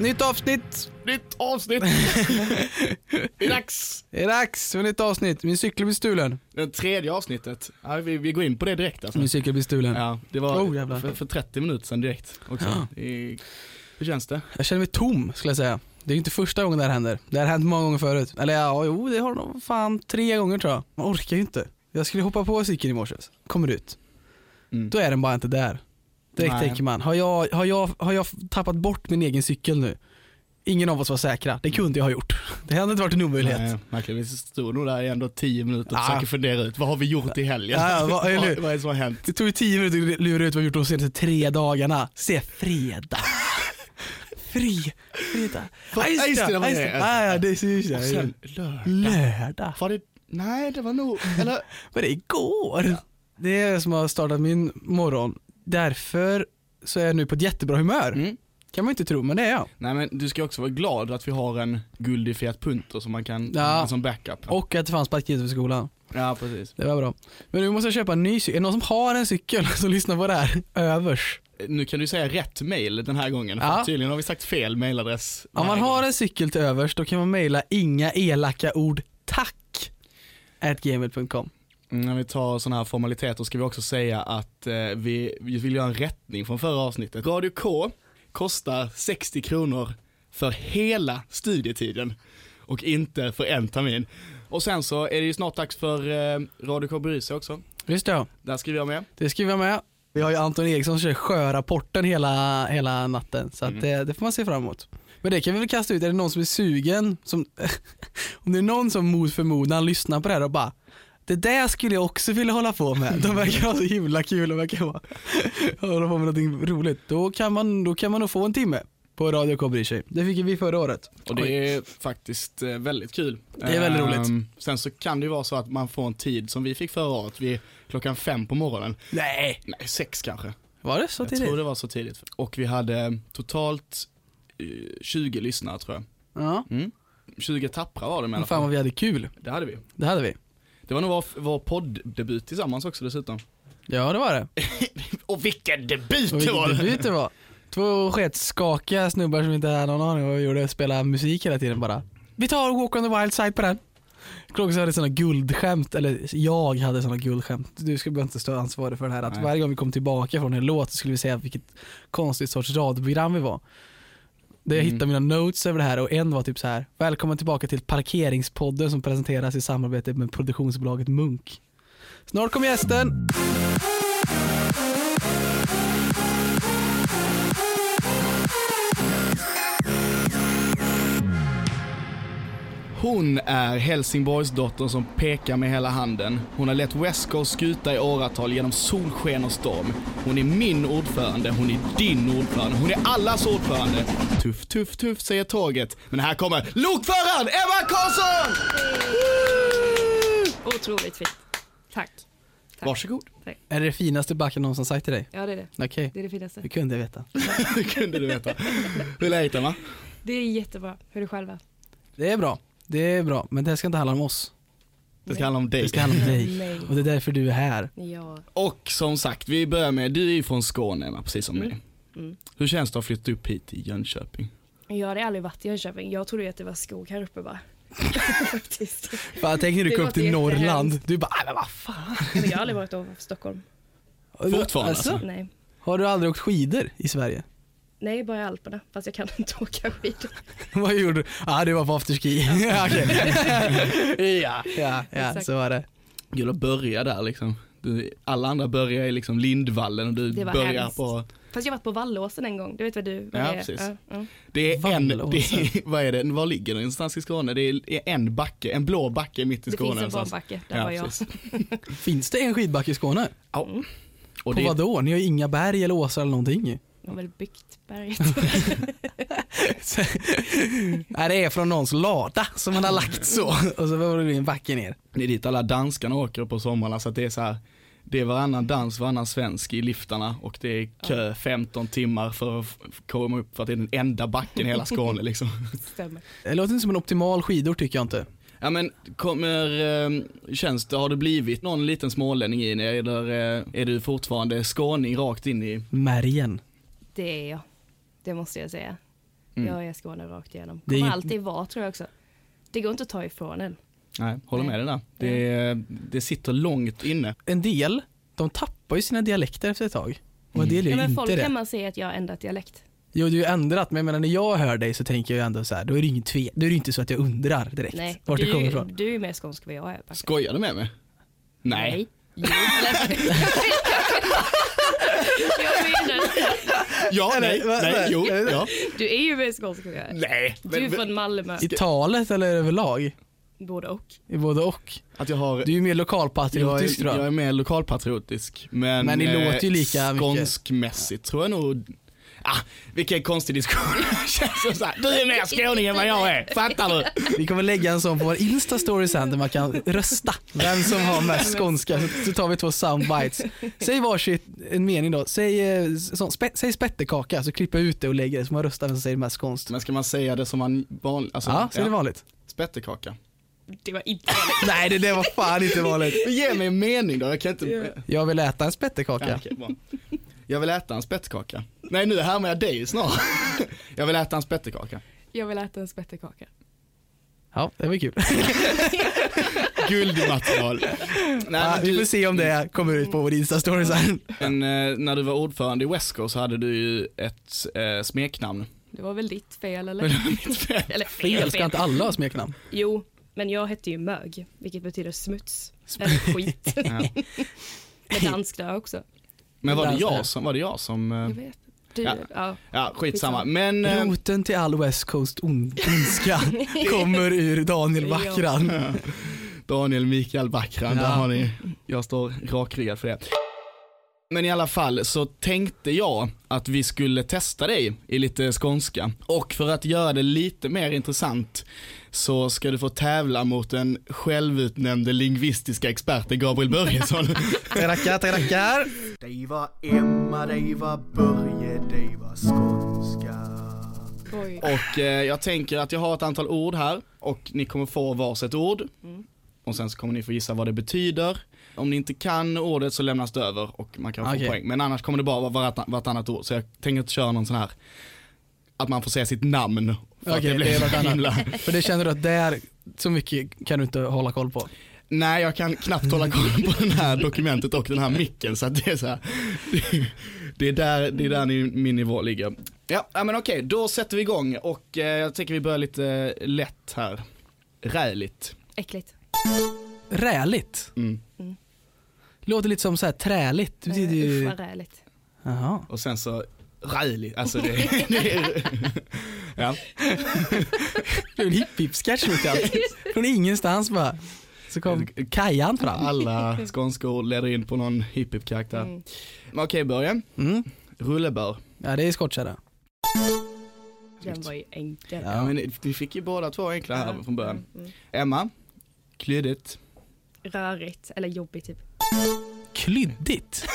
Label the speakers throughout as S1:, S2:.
S1: Nytt avsnitt!
S2: Nytt avsnitt! Det är dags!
S1: Det är dags för nytt avsnitt. Min cykel blir stulen.
S2: Det tredje avsnittet. Ja, vi, vi går in på det direkt alltså.
S1: Min cykel blir stulen.
S2: Ja, det var
S1: Mm. Oh, jävlar.
S2: för, för 30 minuter sedan direkt också. Det, hur känns det?
S1: Jag känner mig tom skulle jag säga. Det är ju inte första gången det här händer. Det här har hänt många gånger förut. Eller ja, jo det har nog fan tre gånger tror jag. Man orkar ju inte. Jag skulle hoppa på cykeln i morse. Kommer ut.
S2: Mm.
S1: Då är den bara inte där. Direkt
S2: Nej.
S1: tänker man, har jag, har, jag, har jag tappat bort min egen cykel nu? Ingen av oss var säkra. Det kunde jag ha gjort. Det hade inte varit en omöjlighet.
S2: Nej, Verkligen, vi stod nog där i ändå 10 minuter och
S1: Ja.
S2: försöker fundera ut vad har vi gjort i helgen?
S1: Ja, ja, vad- eller hur?
S2: vad, vad är det som har hänt?
S1: Det tog ju tio minuter att lura ut vad vi gjort de senaste tre dagarna. Se fredag. Fri. Fredag.
S2: Va- ja, just det, det var
S1: ja, just
S2: det.
S1: det. Ja, ja, det är just
S2: Och
S1: det.
S2: sen lördag.
S1: Lördag.
S2: Var det, nej det var nog, eller
S1: Var det igår? Det är det som har startat min morgon. Därför så är jag nu på ett jättebra humör.
S2: Mm.
S1: Kan man inte tro, men det är jag.
S2: Nej men du ska också vara glad att vi har en guldig Fiat Punto som man kan,
S1: Ja.
S2: som backup.
S1: Och att det fanns parkeringsbus vid skolan.
S2: Ja precis.
S1: Det var bra. Men nu måste jag köpa en ny cykel. Är det någon som har en cykel som lyssnar på det här? Övers.
S2: Nu kan du säga rätt mail den här gången, för
S1: Ja.
S2: tydligen har vi sagt fel mailadress.
S1: Om man har en cykel till övers då kan man mejla inga elaka ord tack at gmail.com.
S2: Mm, När vi tar sådana här formaliteter ska vi också säga att eh, vi, vi vill göra en rättning från förra avsnittet. Radio K kostar 60 kronor för hela studietiden och inte för en termin. Och sen så är det ju snart dags för eh, Radio K bryr sig också.
S1: Just det, ja.
S2: Där skriver jag med.
S1: det skriver jag med. Vi har ju Anton Eriksson som kör sjörapporten hela, hela natten så att
S2: Mhm.
S1: eh, det, det får man se fram emot. Men det kan vi väl kasta ut, är det någon som är sugen? Som, om det är någon som mot förmodan lyssnar på det här och bara det där skulle jag också vilja hålla på med. De verkar ha så himla kul och verkar vara, hålla på med någonting roligt. Då kan man, då kan man nog få en timme på Radio K bryr sig. Det fick ju vi förra året.
S2: Och det är faktiskt eh, väldigt kul. Ehm,
S1: Det är väldigt roligt.
S2: Sen så kan det ju vara så att man får en tid som vi fick förra året, vid klockan fem på morgonen.
S1: Nej!
S2: Nej, sex kanske.
S1: Var det så
S2: Jag tror
S1: tidigt?
S2: det var så tidigt. Och vi hade totalt eh, 20 lyssnare tror jag.
S1: Ja.
S2: Mm. 20 tappra var det med i alla
S1: Fan
S2: fall.
S1: vad vi hade kul.
S2: Det hade vi.
S1: Det hade vi.
S2: Det var nog vår, vår poddebut tillsammans också dessutom.
S1: Ja det var det.
S2: Och vilken debut
S1: Och
S2: det var!
S1: vilken debut det var. Två sketskakiga snubbar som inte hade någon aning om vad vi gjorde, spelade musik hela tiden bara. Vi tar Walk on the Wild Side på den. Klockan hade sådana guldskämt, eller jag hade sådana guldskämt. Du skulle inte stå ansvarig för det här att
S2: Nej.
S1: varje gång vi kom tillbaka från en låt så skulle vi säga vilket konstigt sorts radioprogram vi var. Där jag
S2: Mm.
S1: hittade mina notes över det här och en var typ så här. Välkommen tillbaka till Parkeringspodden som presenteras i samarbete med produktionsbolaget Munk. Snart kommer gästen!
S2: Hon är Helsingborgsdottern som pekar med hela handen. Hon har lett West Coast skuta i åratal genom solsken och storm. Hon är min ordförande, hon är din ordförande, hon är allas ordförande. Tuff, tuff, tuff säger tåget. Men här kommer lokföraren Emma Karlsson!
S3: Otroligt fint. Tack.
S2: Varsågod.
S1: Är det det finaste backen någonsin sagt till dig?
S3: Ja, det är det.
S1: Okej.
S3: Det är det finaste.
S1: Det kunde jag veta.
S2: Det kunde du veta. Hur är läget Emma?
S3: Det är jättebra. Hur är det själva?
S1: Det är bra. Det är bra, men det här ska inte handla om oss.
S2: Det ska handla om dig.
S1: Det ska handla om dig.
S3: Nej.
S1: Och det är därför du är här.
S3: Ja.
S2: Och som sagt, vi börjar med, du är ju från Skåne Emma, precis som mig.
S3: Mm.
S2: Hur känns det att flytta upp hit till Jönköping?
S3: Jag hade aldrig varit i Jönköping. Jag trodde ju att det var skog här uppe bara. Faktiskt.
S1: Fan, tänk när du
S3: Det
S1: kom upp
S3: låter
S1: till
S3: jättehemskt.
S1: Norrland. Du bara, "Aj, men vad fan.
S3: Men jag har aldrig varit ovanför Stockholm.
S2: Fortfarande alltså?
S3: Nej.
S1: Har du aldrig åkt skidor i Sverige?
S3: Nej, bara i Alperna. Fast jag kan inte åka skidor.
S1: vad gjorde du? ah, du var på afterski. Ja, Okej. ja, ja, ja
S3: Exakt.
S1: så var det.
S2: Kul att börja där liksom. Du, alla andra börjar i liksom Lindvallen och du
S3: Det var
S2: börjar
S3: hemskt.
S2: på,
S3: Fast jag har varit på Vallåsen en gång. Du vet vad du vad
S2: Ja,
S3: det är?
S2: precis.
S3: Ja, ja.
S2: det är en, det
S3: alltså.
S1: Vallåsen.
S2: är, vad är det, var ligger det någonstans i Skåne? Det är en backe, en blå backe mitt i
S3: Det
S2: Skåne
S3: finns en
S2: någonstans.
S3: barnbacke. Där
S2: Ja,
S3: var jag.
S2: precis.
S1: Finns det en skidbacke i Skåne?
S2: Ja.
S1: På
S2: Och det,
S1: vadå? Ni har ju inga berg eller åsar eller någonting.
S3: Det var väl byggt berget.
S1: Nej, det är från någons lada som man har lagt så. Och så var det en backe ner.
S2: det är dit alla danskarna åker på somrarna så att det är så här det är varannan dans, varannan svensk i liftarna och det är kö 15 timmar för att f- komma upp för att det är den enda backen i hela Skåne liksom.
S3: Stämmer.
S1: Det låter inte som en optimal skidor tycker jag inte.
S2: Ja men kommer, eh, känns det, har det blivit någon liten smålänning i dig eller eh, är du fortfarande skåning rakt in i?
S1: Märgen.
S3: Det är jag. Det måste jag säga.
S2: Mm.
S3: Jag är Skåne rakt igenom.
S1: Det är
S3: Kommer
S1: ing-
S3: alltid vara tror jag också. Det går inte att ta ifrån en.
S2: Nej, håller
S3: Nej.
S2: med dig där. Det, det sitter långt inne.
S1: En del, de tappar ju sina dialekter efter ett tag. Och en
S2: Mm.
S1: del gör
S3: Ja, men
S1: inte
S3: folk
S1: det.
S3: hemma säger att jag har ändrat dialekt.
S1: Jo, du har ändrat, men jag menar när jag hör dig så tänker jag ju ändå så här, då är det ju ingen tve, då är det inte så att jag undrar direkt
S3: Nej,
S1: vart
S3: du,
S1: det kommer ifrån.
S3: du är mer skånsk än vad jag är. faktiskt.
S2: Skojar du med mig? Nej.
S3: Jo, eller- jag menar,
S2: Ja, nej,
S1: va- va-
S2: nej, jo, ja.
S3: du är ju mer skånsk än vad jag är.
S2: Nej.
S3: Du är från Malmö,
S1: I talet eller överlag?
S3: både och.
S1: I både och.
S2: Att jag har...
S1: Du är ju mer
S2: Jag
S1: lokalpatriotisk
S2: är,
S1: tror jag.
S2: jag är mer lokalpatriotisk. Men,
S1: Men ni låter ju lika mycket.
S2: Skånskmässigt tror jag nog... Ah, vilken konstig diskussion. Det Känns som så här, du är mer skåning än vad jag är. Fattar du?
S1: Vi kommer lägga en sån på vår Insta-story sen där man kan rösta vem som har mest skånska. Så- Så tar vi två soundbites. Säg varsitt, en mening då. Säg, eh, sån, spe, säg spettekaka så klipper jag ut det och lägger det så man röstar vem som säger mest skånskt.
S2: Men ska man säga det som man vanligt... Alltså,
S1: Ja, så är det vanligt.
S2: Spettekaka.
S3: Det var inte
S1: Nej det där var fan inte vanligt.
S2: Men Ge mig en mening då, jag kan inte...
S1: Jag vill äta en spettekaka.
S2: Ja, okej, bra. Jag vill äta en spettekaka. Nej nu härmar jag dig snarare. Jag vill äta en spettekaka.
S3: Jag vill äta en spettekaka.
S1: Ja, det var kul.
S2: Guldmaterial. Nej,
S1: Ja,
S2: men
S1: vi
S2: du,
S1: får se om det kommer ut på vår Insta-story sen.
S2: men, eh, när du var ordförande i Westco så hade du ju ett eh, smeknamn.
S3: Det var väl ditt fel eller?
S2: Men det var mitt fel.
S3: eller
S1: Fel, ska inte alla ha smeknamn?
S3: Jo, men jag hette ju mög, vilket betyder smuts. Eller skit.
S2: Ja.
S3: Med danskt ö också.
S2: Men var det
S1: Dansa.
S2: jag som, var det jag som, eh,
S3: Jag vet. Du,
S2: Ja.
S3: ja.
S2: ja skitsamma. Men eh,
S1: Roten till all West Coast ond- ondska kommer ur Daniel Backran.
S2: Daniel Mikael Backran,
S1: Ja.
S2: där har ni, jag står rakryggad för det. Men i alla fall så tänkte jag att vi skulle testa dig i lite skånska. Och för att göra det lite mer intressant så ska du få tävla mot den självutnämnde lingvistiska experten Gabriel Börjesson.
S1: Tackar, tackar.
S4: Det var Emma, det var Börje, det var skånska.
S3: Oj.
S2: och eh, jag tänker att jag har ett antal ord här och ni kommer få varsitt ord. Och sen så kommer ni få gissa vad det betyder. Om ni inte kan ordet så lämnas det över och man kan få
S1: Okej.
S2: poäng. Men annars kommer det bara vara vartannat, vartannat ord. Så jag tänker inte köra någon sån här, att man får säga sitt namn. För att
S1: Okej,
S2: det blir
S1: det är
S2: så
S1: vartannat.
S2: himla.
S1: För det känner du att där, så mycket kan du inte hålla koll på.
S2: Nej jag kan knappt hålla koll på det här dokumentet och den här micken så att det är så här. Det är där, det är där ni, min nivå ligger. Ja ja, men okej, då sätter vi igång och eh, jag tänker vi börjar lite eh, lätt här. Räligt.
S3: Äckligt.
S1: Räligt.
S2: Mm.
S1: Låter lite som så här träligt. Det betyder
S3: Usch
S1: ju...
S3: vad räligt.
S1: Jaha.
S2: Och sen så räligt, alltså det, det är, ja.
S1: Det är en hipp-hipp-sketch mitt i allt. Från ingenstans bara. Så kom Kajan fram.
S2: Alla skånska ord leder in på någon hiphop-karaktär.
S3: Mm.
S2: Men Okej Börje,
S1: Mm.
S2: rullebör.
S1: Ja, det är skottkärra.
S3: Den var ju enkel.
S1: Ja.
S2: Ja. men ni- vi fick ju båda två enkla här från början.
S3: Mm, mm.
S2: Emma, klyddigt.
S3: Rörigt eller jobbigt typ.
S1: Klyddigt.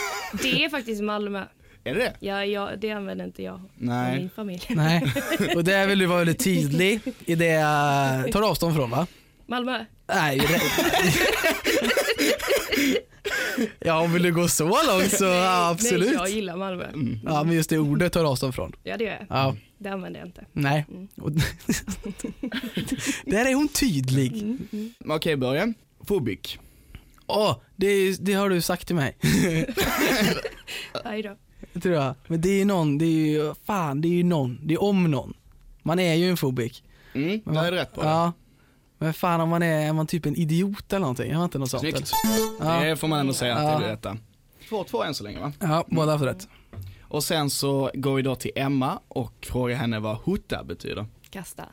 S3: Det är faktiskt Malmö.
S2: Är det det
S3: Ja, jag, det använder inte jag och
S2: Nej.
S3: min familj.
S1: Nej. Och där vill du vara väldigt tydlig i det jag tar avstånd från va?
S3: Malmö.
S1: Nej. det- ja om vill du gå så långt så ja,
S3: Nej,
S1: absolut.
S3: jag gillar Malmö.
S2: Mm.
S1: Ja men just det ordet tar avstånd från.
S3: Ja det gör jag.
S1: Ja,
S3: Det använder jag inte.
S1: nej.
S3: Mm.
S1: Och, där är hon tydlig.
S3: Mm.
S2: Men Okej Börje, fobik.
S1: Åh, det, är- det har du sagt till mig.
S3: Aj då.
S1: Tror jag. Men det är ju någon, det är ju, fan det är ju någon, det är om någon. Man är ju en fobik.
S2: Mm,
S1: Men
S2: där
S1: vad-
S2: är du rätt på det.
S1: Ja. Men fan om man är, är man typ en idiot eller någonting? Är man inte något sånt?
S2: Snyggt.
S1: eller? Ja.
S2: Det får man ändå säga att
S1: Ja.
S2: det är detta. Två två än så länge va?
S1: ja, båda har haft rätt.
S2: Och sen så går vi då till Emma och frågar henne vad hota betyder.
S3: Kasta.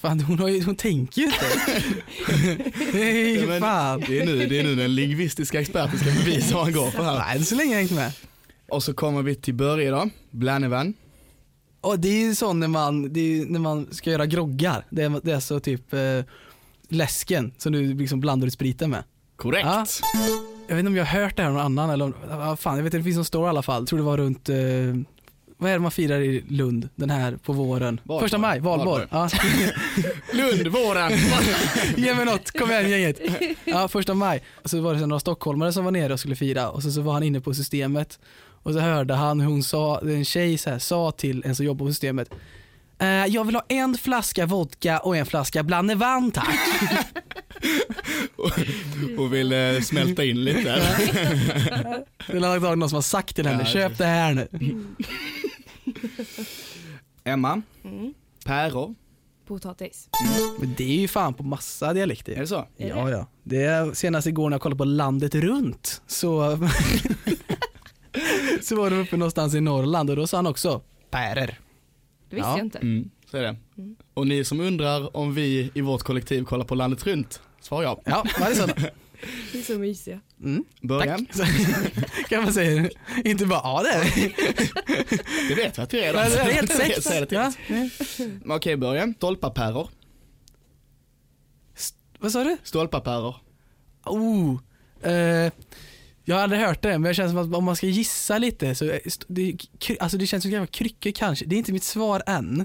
S1: Fan hon, har ju, hon tänker ju inte. det är
S2: Ja,
S1: ju
S2: men-
S1: fan.
S2: Det är nu, det är nu den lingvistiska experten ska bevisa vad han går för här.
S1: Nej, än så länge har jag hängt med.
S2: Och så kommer vi till Börje då, Blannevan.
S1: Och det är ju sån när man, det är ju när man ska göra groggar. Det är, det är så typ eh, läsken som du liksom blandar ut spriten med.
S2: Korrekt.
S1: Ja. Jag vet inte om jag har hört det här av någon annan eller om, ah, fan, jag vet inte, det finns någon story i alla fall. Jag tror det var runt, eh, vad är det man firar i Lund den här på våren?
S2: Valborg.
S1: Första maj, valborg.
S2: Valborg.
S1: Ja.
S2: Lund, våren.
S1: Ge mig något, kom igen gänget. Ja, första maj. Och så var det sen några stockholmare som var nere och skulle fira och så, så var han inne på systemet Och så hörde han hon sa, en tjej så här, sa till en som jobbar på systemet "Eh, jag vill ha en flaska vodka och en flaska Blanevan tack.
S2: och vill eh, smälta in lite.
S1: Det är antagligen någon som har sagt till henne,
S2: Ja,
S1: köp det här nu.
S2: Emma,
S3: Mm.
S2: päror.
S3: Potatis.
S1: Men det är ju fan på massa dialekter.
S2: Är det så?
S3: Är det?
S1: Ja, ja. Det är senast igår när jag kollade på Landet runt så, så var de uppe någonstans i Norrland och då sa han också pärer.
S3: Det visste
S1: Ja.
S3: jag inte.
S2: Mm, så är det.
S3: Mm.
S2: Och ni som undrar om vi i vårt kollektiv kollar på Landet runt, svar ja.
S1: Ja, vad är det så?
S3: Det är så mysiga.
S1: Mm,
S2: Börja.
S1: tack. kan man säga. Inte bara ja det är det.
S2: Det vet jag att det är.
S1: Det är helt sex.
S2: Det är det.
S1: Ja.
S2: Okej, börja. Stolpapäror.
S1: Vad sa du?
S2: Stolpapäror.
S1: Oh, eh, jag har aldrig hört det men det känns som att om man ska gissa lite så är- det, kry- alltså det känns som att det kan vara kryckor kanske. Det är inte mitt svar än.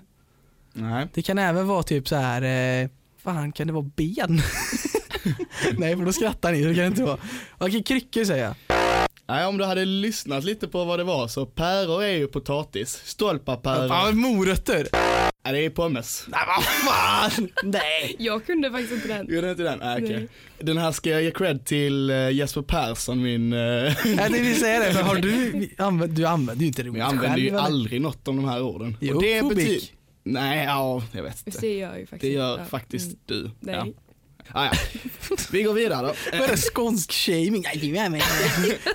S2: Nej.
S1: Det kan även vara typ så här. Eh, fan kan det vara ben? Nej för då skrattar ni, det kan det inte vara. Okej kryckor säger jag.
S2: Nej, om du hade lyssnat lite på vad det var så päror är ju potatis. Stolpapäror.
S1: Ja, morötter.
S2: Nej, det är pommes.
S1: Nej vad fan. Nej.
S3: Jag kunde faktiskt inte den.
S2: Gjorde inte den? Nej, okej.
S3: Nej.
S2: Den här ska jag ge cred till eh, Jesper Persson, min... eh,
S1: Jag tänkte säga det, för har du, använd, du använder ju inte det
S2: Men
S1: ordet
S2: jag använder ju
S1: själv, eller?
S2: aldrig något om de här orden.
S1: Jo,
S2: Och det
S1: fobik.
S2: betyder... Nej, ja, jag vet inte.
S3: Det gör jag ju faktiskt.
S2: Det gör
S3: Ja.
S2: faktiskt
S3: Mm.
S2: du.
S3: Nej.
S2: Ja. Ah, ja. Vi går vidare då.
S1: Vad är det, skånsk shaming? Nej, du är med.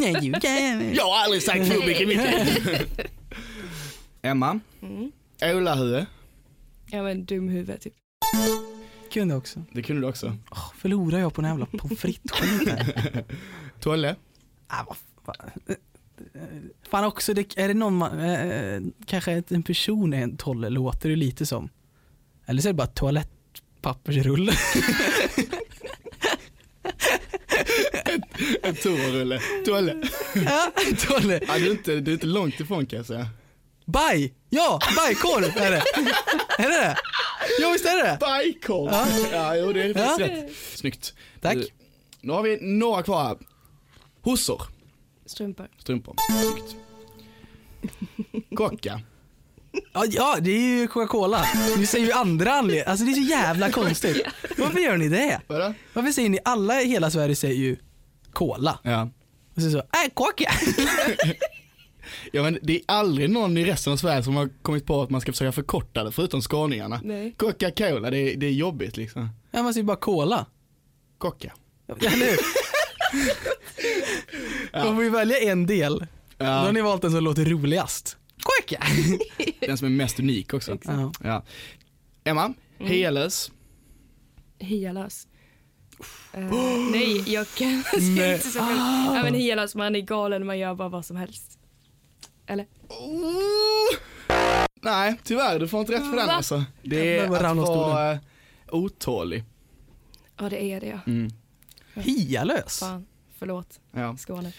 S1: Nej, du är med.
S2: Jag har aldrig sagt fobik i mitt liv. Emma,
S3: Mm.
S2: Ålahue.
S3: Ja men dumhuvud typ.
S1: Kunde också.
S2: Det kunde du också.
S1: Åh, förlorar jag på den här jävla pommes frites-skiten?
S2: Tolle.
S1: ah, vad fan. Eh, eh, Fan också, det, är det någon man, eh, eh, kanske ett- en person är en tolle låter det lite som. Eller så är det bara toalettpappersrulle.
S2: En toarulle. Tolle.
S1: ja, tolle.
S2: Ja, du, är inte, du är inte långt ifrån kan jag säga.
S1: Baj! Ja, bajkorv är det. Är det det? Ja visst är det det.
S2: Bajkorv.
S1: Ja.
S2: Ja, jo det är
S1: Ja.
S2: faktiskt rätt. Snyggt.
S1: Tack.
S2: Du, Nu har vi några kvar här. Hossor.
S3: Strumpor.
S2: Strumpor. Snyggt. Kocka.
S1: Ja, ja det är ju Coca-Cola. Ni säger ju andra anledningar. Alltså det är så jävla konstigt. Varför gör ni det?
S2: Vadå?
S1: Varför säger ni alla i hela Sverige säger ju Cola?
S2: Ja.
S1: Och så så, äh kocka!
S2: ja men det är aldrig någon i resten av Sverige som har kommit på att man ska försöka förkorta det förutom skåningarna.
S3: Nej.
S2: Coca-Cola, det är, det är jobbigt liksom.
S1: Ja man säger bara Cola.
S2: Kocka.
S1: Eller hur? Man får ju välja en del. Då har
S2: Ja,
S1: ni valt den som låter roligast. Kocka!
S2: den som är mest unik också.
S1: Ja. Mm.
S2: Ja. Emma, hejelös.
S3: Hialös. Eh, nej, jag kan jag ser inte så själv. Ja, men hialös, man är galen, man gör bara vad som helst. Eller?
S2: Oh! Nej, tyvärr du får inte rätt för den
S3: Va?
S2: alltså. Det
S1: Jävlar, vad
S2: är att
S1: ramlade av stolen.
S2: vara eh, otålig.
S3: Ja det är det
S2: Mm.
S3: ja.
S1: Hialös.
S3: Fan, förlåt
S2: Ja.
S3: Skåne.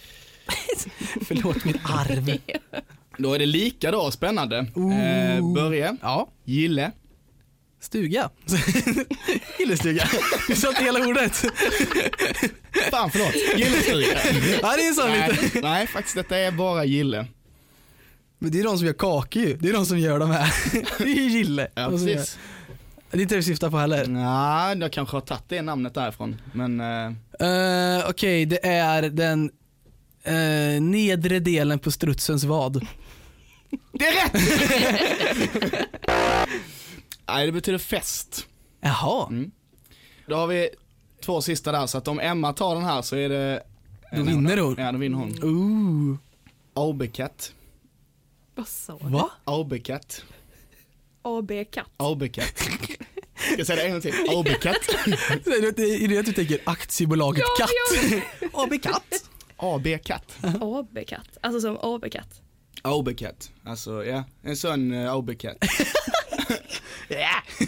S1: Förlåt mitt arv.
S2: Då är det lika då, spännande. Eh, Börje,
S1: Ja.
S2: Gille,
S1: Stuga. Gillestuga. Du sa inte hela ordet.
S2: fan förlåt, Gillestuga.
S1: Ja det är så lite.
S2: nej, nej, faktiskt detta är bara Gille.
S1: Men det är de som gör kakor ju. Det är de som gör de här. Det är ju Gille.
S2: Ja,
S1: De som gör-
S2: precis.
S1: Det är inte det vi syftar på heller.
S2: Nej, jag kanske har tagit det namnet därifrån. Men eh,
S1: Eh, Okej, det är den eh, nedre delen på strutsens vad.
S2: det är rätt! nej, det betyder fest.
S1: Jaha,
S2: Mm. Då har vi två sista där, så att om Emma tar den här så är det...
S1: då vinner hon.
S2: Ja, då vinner hon.
S1: Ooh,
S2: Abekatt.
S3: Vad sa du?
S1: va?
S2: Abekatt.
S3: AB-katt.
S2: Abekatt. Ska jag säga det en gång till? Abekatt.
S1: Är det- Är det att du tänker aktiebolaget
S3: Ja,
S1: Katt? AB Katt?
S2: AB-katt.
S3: AB-katt. Alltså som AB-katt.
S2: Abekatt. Alltså ja, en sån uh, abekatt.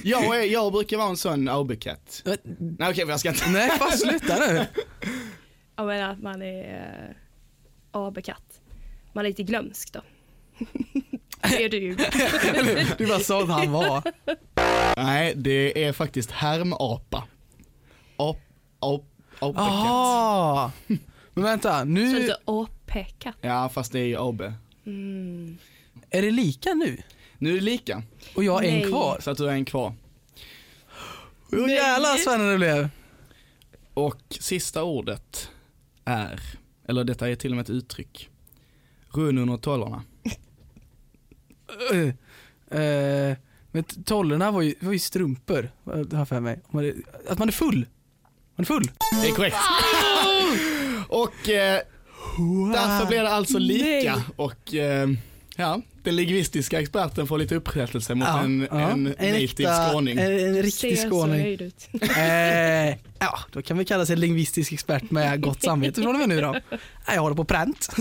S2: jag, är, jag brukar vara en sån abekatt. Nej okej, jag ska inte.
S1: Nej, fan sluta nu.
S3: Jag menar att man är eh, AB-katt. Man är lite glömsk då. det är du ju.
S1: Du bara sa att han var.
S2: Nej, det är faktiskt härmapa. Ap, ap, apekatt.
S1: Jaha. Men vänta,
S3: Så
S1: nu...
S3: lite AP-katt.
S2: Ja, fast det är ju AB.
S3: Mm.
S1: Är det lika nu?
S2: Nu är det lika,
S1: Och jag har en
S3: Nej.
S1: kvar.
S2: så att du har en kvar.
S1: Oh, jävlar spännande det blev.
S2: Och sista ordet är, eller detta är till och med ett uttryck, run under tollarna.
S1: Eh, eh, men t- tollorna var ju, var ju strumpor, eh, det har jag för mig. Man är, att man är full. Man är full.
S2: Det är korrekt. och eh, därför blev det alltså lika.
S3: Nej.
S2: Och eh, ja, den lingvistiska experten får lite upprättelse mot
S1: Ja,
S2: en,
S1: ja.
S2: en, native
S1: äkta-
S2: skåning.
S1: En, en
S3: Ser
S1: riktig
S3: så
S1: skåning.
S3: nöjd ut.
S1: Eh, ja, då kan vi kalla sig lingvistisk expert med gott samvete från och med nu då. Nej, Jag har det på pränt.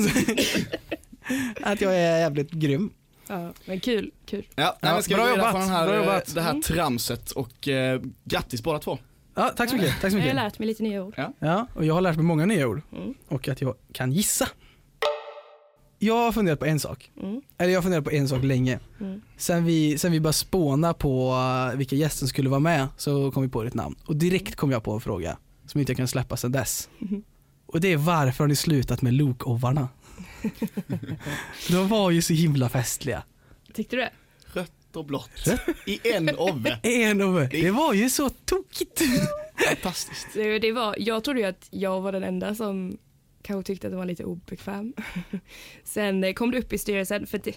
S1: att jag är jävligt grym.
S3: Ja, men kul, kul.
S2: Ja, nej,
S1: Ja,
S2: men ska
S1: bra
S2: vi gå vidare
S1: jobbat,
S2: från den här,
S1: bra
S2: eh,
S1: jobbat.
S2: det här
S3: Mm.
S2: tramset och eh, grattis båda två.
S1: Ja, tack så mycket. Tack så
S3: Jag har
S1: mycket.
S3: lärt mig lite nya ord.
S1: Ja, och jag har lärt mig många nya ord
S3: Mm.
S1: och att jag kan gissa. Jag har funderat på en sak,
S3: Mm.
S1: eller jag har funderat på en sak länge.
S3: Mm.
S1: Sen vi, sen vi började spåna på eh, vilka gäster som skulle vara med så kom vi på ditt namn. Och direkt kom jag på en fråga som inte jag kan släppa sedan dess. Och det är varför har ni slutat med lokovarna? De var ju så himla festliga.
S3: Tyckte du det?
S2: Rött och blått i en ovve.
S1: En och- Det var ju så tokigt.
S2: Fantastiskt.
S3: Eh, det? Det var, jag trodde ju att jag var den enda som kanske tyckte att det var lite obekväm. Sen eh, kom det upp i styrelsen för att det,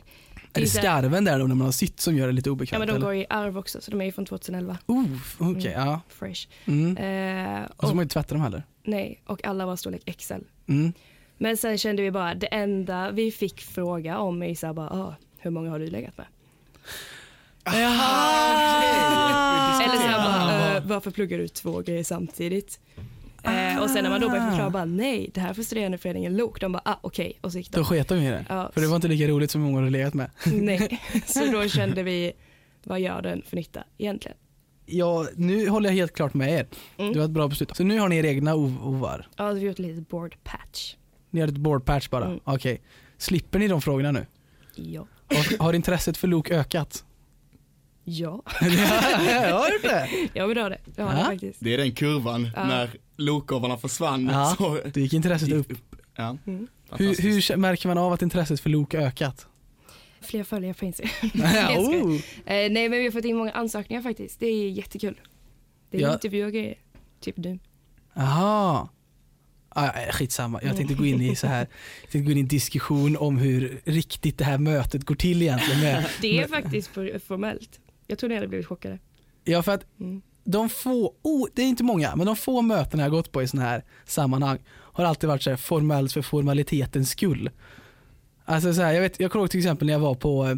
S1: Är det
S3: så här-
S1: skarven där då när man har sytt som gör det lite
S3: ja,
S1: obekvämt?
S3: men de
S1: eller?
S3: går i arv också så de är ju från 2011.
S1: Oh, okej, ja.
S3: Fresh.
S1: Mm.
S3: Eh,
S1: Och så får
S3: och,
S1: man ju inte tvätta dem heller.
S3: nej, och alla var storlek XL.
S1: Mm.
S3: Men sen kände vi bara, det enda vi fick fråga om är så här bara, ah, hur många har du legat med?
S1: Ah.
S3: Eller så här bara, eh, varför pluggar du två grejer samtidigt? Eh, och sen när man då började
S1: Ah.
S3: förklara bara, nej, det här för studerandeföreningen LOK, de bara, ah, okej, och så gick de.
S1: Då sket de i det.
S3: Ja.
S1: För det var inte lika roligt som många hade legat med.
S3: Nej. Så då kände vi, vad gör den för nytta egentligen?
S1: Ja, nu håller jag helt klart med er.
S3: Mm.
S1: Det var ett bra beslut. Så nu har ni era egna ov- ovar.
S3: Ja, vi har gjort lite board patch.
S1: Ni har ett board patch bara.
S3: Mm.
S1: Okej. Slipper ni de frågorna nu?
S3: Ja.
S1: Har, har intresset för Luke ökat?
S3: Ja,
S1: Hör det?
S3: jag vill ha det. Jag har
S1: Ja.
S3: det faktiskt.
S2: Det är den kurvan
S3: Ja.
S2: när lokovarna försvann.
S1: Ah. Ja.
S2: Så
S1: Då gick intresset upp.
S2: gick upp. Typ. Ja.
S3: Mm.
S1: Hur,
S2: fantastiskt.
S1: hur märker man av att intresset för Luke ökat?
S3: Fler följare på Instagram. jag skojar.
S1: oh.
S3: Eh, nej men vi har fått in många ansökningar faktiskt. Det är jättekul. Det är
S1: Ja.
S3: intervjuer och grejer. Typ du.
S1: Jaha. Ah, eh, skitsamma, jag tänkte gå in i så här, jag tänkte gå in i en diskussion om hur riktigt det här mötet går till egentligen. Med,
S3: Det är faktiskt for- formellt. Jag tror ni hade blivit chockade.
S1: ja, för att
S3: Mm.
S1: de få, oh, det är inte många, men de få möten jag har gått på i sådana här sammanhang har alltid varit så här formellt för formalitetens skull. Alltså så här, jag, vet, jag kommer ihåg till exempel när jag var på eh,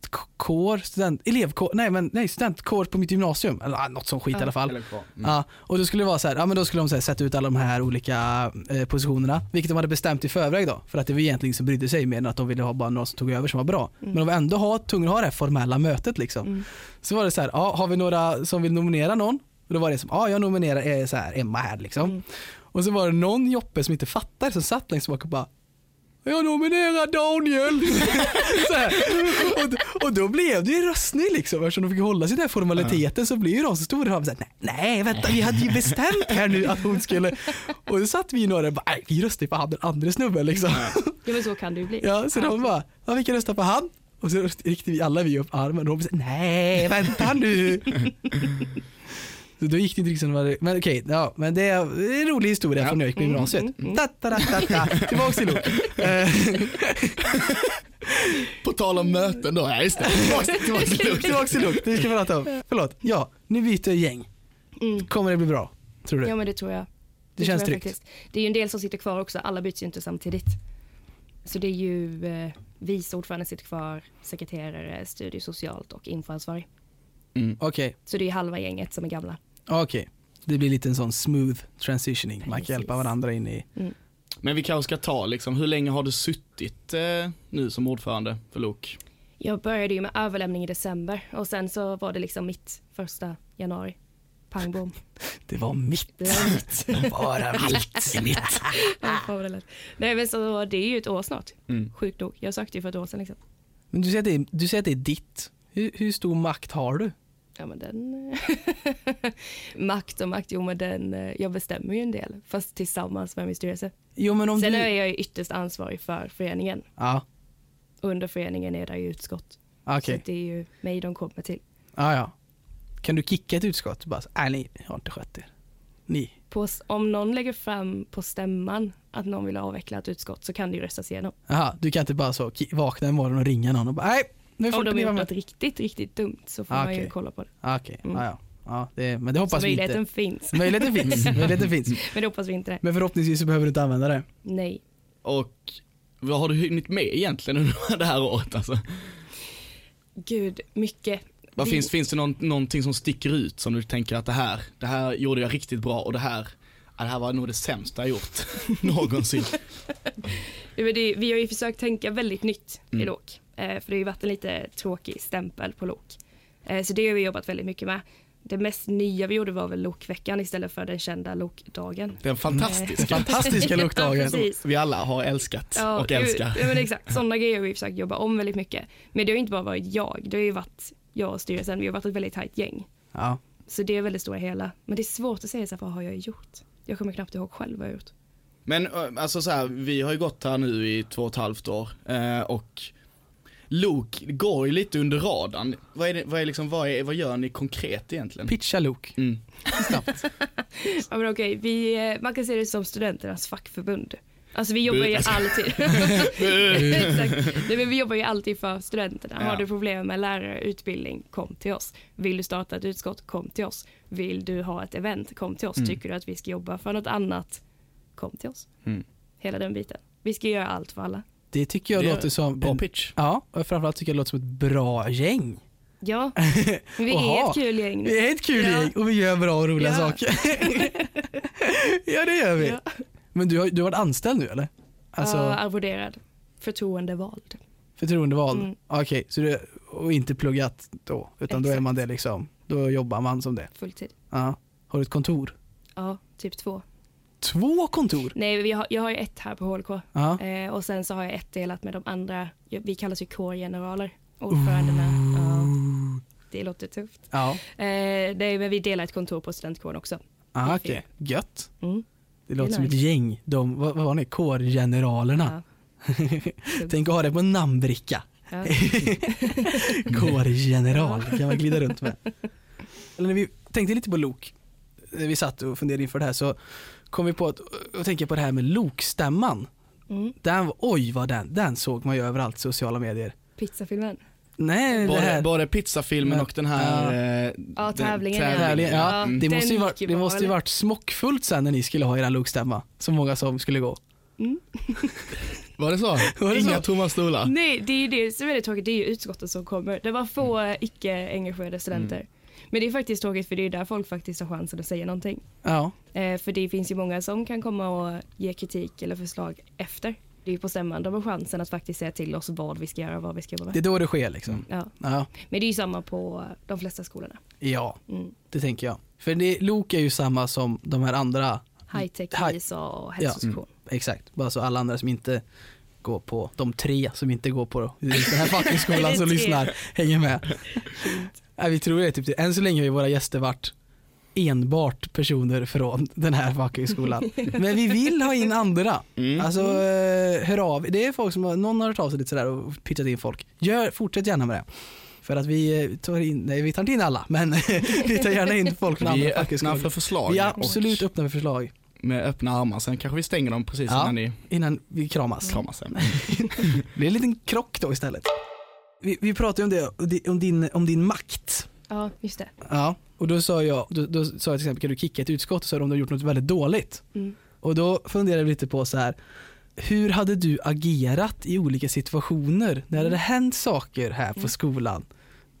S1: studentkår, student, elevkår, nej men nej, studentkår på mitt gymnasium, eller ah, något sånt skit i
S3: Ja.
S1: alla fall.
S2: Eller kvar. Mm.
S1: Ja, och då skulle det vara så här, ja men då skulle de så här, sätta ut alla de här olika eh, positionerna, vilket de hade bestämt i förväg då, för att det var egentligen ingen som brydde sig mer än att de ville ha bara någon som tog över som var bra. Men de vill ändå ha, tvungna att ha det här formella mötet liksom.
S3: Mm.
S1: Så var det så här, ja, har vi några som vill nominera någon? Och då var det som, ja jag nominerar eh, så här, Emma här liksom.
S3: Mm.
S1: Och så var det någon Joppe som inte fattade som satt längst bak och bara jag nominerar Daniel! så här. Och, och då blev det ju röstning liksom eftersom de fick hålla sig i den här formaliteten så blir ju de som stod där och såhär, nej vänta vi hade ju bestämt här nu att hon skulle och då satt vi några och bara, nej vi röstar ju på han den andra snubben liksom.
S3: Ja men så kan det ju bli.
S1: Ja, så de bara, ja, vi kan rösta på han. Och så ryckte vi alla vi upp armen och de sa nej vänta nu. så då gick det inte riktigt som det var. Men okej, ja, men det är en rolig historia från när jag gick på gymnasiet. Ta, ta, ta, ta, ta. Tillbaks till Luke. Eh,
S2: På tal om möten då, ja just det. Tillbaks- tillbaks till Luke.
S1: Tillbaks till Luke, det ska vi prata om. Förlåt, ja, nu byter jag gäng.
S3: Mm.
S1: Kommer det bli bra? Tror du?
S3: Ja men det tror jag. Det, tror
S1: känns
S3: jag
S1: tryggt.
S3: faktiskt. Det är ju en del som sitter kvar också. Alla byts ju inte samtidigt. Så det är ju eh, vice ordförande sitter kvar, sekreterare, studie socialt och infoansvarig.
S1: Okej,
S3: Så det är halva gänget som är gamla.
S1: okej. Det blir lite en sån smooth transitioning. Man
S3: Precis.
S1: kan hjälpa varandra in i.
S2: Men vi kanske ska ta liksom, hur länge har du suttit eh, nu som ordförande för LOK?
S3: Jag började ju med överlämning i december och sen så var det liksom mitt första januari. Pang bom.
S1: Det var mitt.
S3: Det var mitt.
S1: Bara mitt. mitt.
S3: Ja, fan vad det lät. Nej men så det är ju ett år snart.
S2: Mm.
S3: Sjukt nog. Jag sökte ju för ett år sedan liksom.
S1: Men du säger att det är, du säger att det är ditt. Hur, hur stor makt har du?
S3: Ja men den... makt och makt, jo men den, eh, jag bestämmer ju en del. Fast tillsammans med min styrelse.
S1: Jo men om
S3: Sen
S1: du...
S3: är jag ju ytterst ansvarig för föreningen.
S1: Ja,
S3: Och Under föreningen är det ju utskott.
S1: Ah, okej.
S3: Så det är ju mig de kommer till.
S1: Ja, ja. Kan du kicka ett utskott? Bara så, nej, ni har inte skött er. Ni.
S3: På, om någon lägger fram på stämman att någon vill avveckla ett utskott så kan det ju röstas igenom.
S1: Jaha, du kan inte bara så ki- vakna en morgon och ringa någon och bara nej, nu får
S3: Om
S1: inte
S3: de
S1: ni
S3: har
S1: vara
S3: gjort
S1: med.
S3: något riktigt, riktigt dumt så får
S1: Ah,
S3: man
S1: okej.
S3: ju kolla på det.
S1: Ah, Okej,
S3: Mm.
S1: ja, ja. ja det, men det
S3: Så
S1: hoppas vi
S3: möjligheten
S1: inte.
S3: finns.
S1: Möjligheten finns. möjligheten finns.
S3: Men det hoppas vi inte det.
S1: Men förhoppningsvis så behöver du inte använda det.
S3: Nej.
S2: Och vad har du hunnit med egentligen under det här året alltså?
S3: Gud, mycket.
S2: Vad
S3: Vi-
S2: finns, finns det någon, någonting som sticker ut som du tänker att det här, det här gjorde jag riktigt bra och det här, ja, det här var nog det sämsta jag gjort någonsin.
S3: Ja, men det, vi har ju försökt tänka väldigt nytt
S2: Mm.
S3: i LOK. Eh, för det har ju varit en lite tråkig stämpel på LOK. Eh, så det har vi jobbat väldigt mycket med. Det mest nya vi gjorde var väl LOK-veckan istället för den kända LOK-dagen.
S2: Den fantastiska.
S1: Fantastiska
S3: Ja,
S1: luktdagen.
S3: precis.
S2: Vi alla har älskat
S3: Ja,
S2: och
S3: ju-
S2: älskar.
S3: Ja, men exakt, sådana grejer har vi försökt jobba om väldigt mycket. Men det har ju inte bara varit jag, det har ju varit jag och styrelsen, vi har varit ett väldigt tajt gäng.
S1: Ja.
S3: Så det är väldigt stora hela. Men det är svårt att säga så här, vad har jag gjort? Jag kommer knappt ihåg själv vad jag har gjort.
S2: Men ö, alltså så här, vi har ju gått här nu i två och ett halvt år eh, och Luke går ju lite under radarn. Vad, är det, vad, är liksom, vad, är, vad gör ni konkret egentligen?
S1: Pitcha Luke.
S2: Mm.
S1: Snabbt.
S3: Ja, men okej, vi, eh, man kan se det som studenternas fackförbund. Alltså vi jobbar
S2: Bu-
S3: ju
S2: alltså.
S3: alltid. Exakt.
S1: Mm.
S3: Nej, men vi jobbar ju alltid för studenterna.
S2: Ja.
S3: Har du problem med lärarutbildning, kom till oss. Vill du starta ett utskott, kom till oss. Vill du ha ett event, kom till oss.
S1: Mm.
S3: Tycker du att vi ska jobba för något annat, kom till oss.
S2: Mm.
S3: Hela den biten. Vi ska göra allt för alla.
S1: Det tycker jag
S2: Det är
S1: låter som...
S2: Bra
S1: en-
S2: pitch.
S1: Ja, och framförallt tycker jag det låter som ett bra gäng.
S3: Ja, vi är
S1: Oha.
S3: ett kul gäng nu.
S1: Vi är ett kul
S3: Ja.
S1: gäng och vi gör bra och roliga
S3: Ja.
S1: saker. ja, det gör vi.
S3: Ja.
S1: Men du har, du har varit anställd nu eller? Alltså
S3: Ja, arvoderad. Förtroendevald.
S1: förtroendevald? Ah,
S3: Mm.
S1: Okej, så du, och inte pluggat då, utan då är man det liksom. Då jobbar man som det.
S3: Fulltid.
S1: Ja. Har du ett kontor?
S3: Ja, typ två.
S1: Två kontor?
S3: Nej, vi har, jag har ju ett här på HLK.
S1: Ja.
S3: Eh, och sen så har jag ett delat med de andra, vi kallas ju kårgeneraler, ordförandena. Ja, det låter tufft.
S1: Ja.
S3: Eh, nej, men vi delar ett kontor på studentkåren också.
S1: Ah,
S3: är
S1: Okej, gött.
S3: Mm.
S1: Det låter
S3: är
S1: som ett
S3: nice.
S1: gäng. De, vad, vad var ni? Kårgeneralerna. Tänk att ha det på en namnbricka.
S3: Ja.
S1: Kårgeneral kan man glida runt med. Eller när vi tänkte lite på lok, när vi satt och funderade inför det här så kom vi på att och tänka på det här med lokstämman.
S3: Mm.
S1: Den, var- oj vad den, den såg man ju överallt i sociala medier.
S3: Pizzafilmen.
S1: Nej, det
S2: Både,
S1: här.
S2: både pizzafilmen
S1: Men-
S2: och den här... eh,
S3: Ja,
S2: den-
S3: tävlingen.
S1: Tävlingen, ja,
S3: Ja,
S1: det
S3: den
S1: måste ju, varit,
S3: gick ju
S1: det
S3: bra,
S1: måste ju
S3: eller?
S1: varit smockfullt sen när ni skulle ha era lokstämma. Så många som skulle gå.
S2: Var det så?
S1: Var det
S2: Inga
S1: så?
S2: tomma stolar?
S3: Nej, det är ju det som är det tråkigt, det är ju utskotten som kommer. Det var få
S1: Mm.
S3: icke engagerade studenter. Men det är faktiskt tråkigt för det är ju där folk faktiskt har chansen att säga någonting.
S1: Ja,
S3: Eh, för det finns ju många som kan komma och ge kritik eller förslag efter. Det är ju på stämman de har chansen att faktiskt säga till oss vad vi ska göra och vad vi ska jobba med.
S1: det är då det sker liksom.
S3: Ja.
S1: Ja,
S3: Men det är ju samma på de flesta skolorna.
S1: ja
S3: Mm.
S1: det tänker jag. För det, lok är ju samma som de här andra
S3: High tech
S1: Hi-
S3: i USA och hälsosektion.
S1: Mm. Exakt, bara så alla andra som inte går på, de tre som inte går på den här fackskolan
S3: Det
S1: som
S3: är tre.
S1: lyssnar hänger med. Nej, vi tror det, är typ det. Än så länge har ju våra gäster varit enbart personer från den här fackskolan. Men vi vill ha in andra.
S2: Mm.
S1: Alltså eh, hör av Det är folk som har, någon har hört av sig lite sådär och pitchat in folk. Gör, fortsätt gärna med det. För att vi eh, tar in, nej vi tar inte in alla men vi tar gärna in folk från
S2: Vi
S1: andra
S2: är öppna för
S1: fackskolan.
S2: förslag.
S1: Vi är
S2: och
S1: absolut öppna för förslag
S2: Med öppna armar, sen kanske vi stänger dem precis
S1: Ja. Mm.
S2: innan ni
S1: innan vi kramas.
S2: kramas sen.
S1: Det är en liten krock då istället. Vi, vi pratade om det, om di- om din, om din makt.
S3: Ja, just det.
S1: Ja. Och då sa jag, då, då sa jag till exempel, kan du kicka ett utskott? Och sa de om de har gjort något väldigt dåligt.
S3: Mm.
S1: Och då funderade vi lite på så här, hur hade du agerat i olika situationer när det hade hänt saker här på skolan?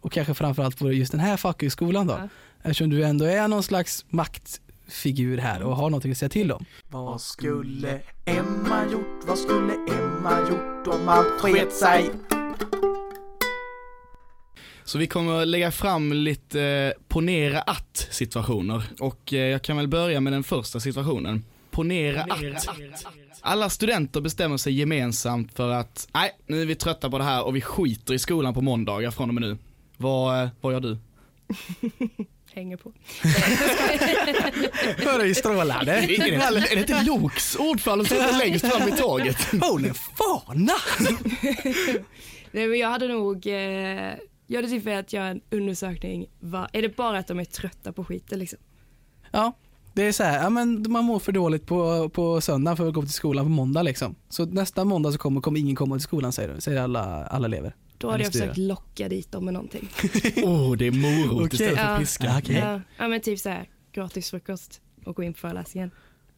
S1: Och kanske framförallt på just den här fackhögskolan då.
S3: Ja.
S1: Eftersom du ändå är någon slags maktfigur här och har någonting att säga till om.
S4: Vad skulle Emma gjort? Vad skulle Emma gjort om allt sket sig?
S2: Så vi kommer att lägga fram lite eh, ponera att situationer och eh, jag kan väl börja med den första situationen. Ponera, att. Alla studenter bestämmer sig gemensamt för att nej, nu är vi trötta på det här och vi skiter i skolan på måndagar från och med nu. Vad, eh, vad gör du?
S3: Hänger på.
S1: Hör dig strålande.
S2: Är det, är det inte Loks ordförande som står längst fram i tåget?
S1: Holy fana!
S3: Nej men jag hade nog, eh, jag hade typ velat göra en undersökning. Va, är det bara att de är trötta på skiten liksom?
S1: Ja, det är så här, ja, men man mår för dåligt på, på söndag för att gå till skolan på måndag liksom. Så nästa måndag så kommer, kommer ingen komma till skolan säger, säger alla, alla elever.
S3: Då hade
S1: Eller
S3: jag
S1: styra.
S3: försökt locka dit dem med någonting.
S2: Åh, oh, det är morot
S1: Okej.
S2: istället för
S3: Ja.
S2: piska.
S1: Ja, okej.
S3: Ja, ja men typ såhär, gratis frukost och gå in på föreläsningen.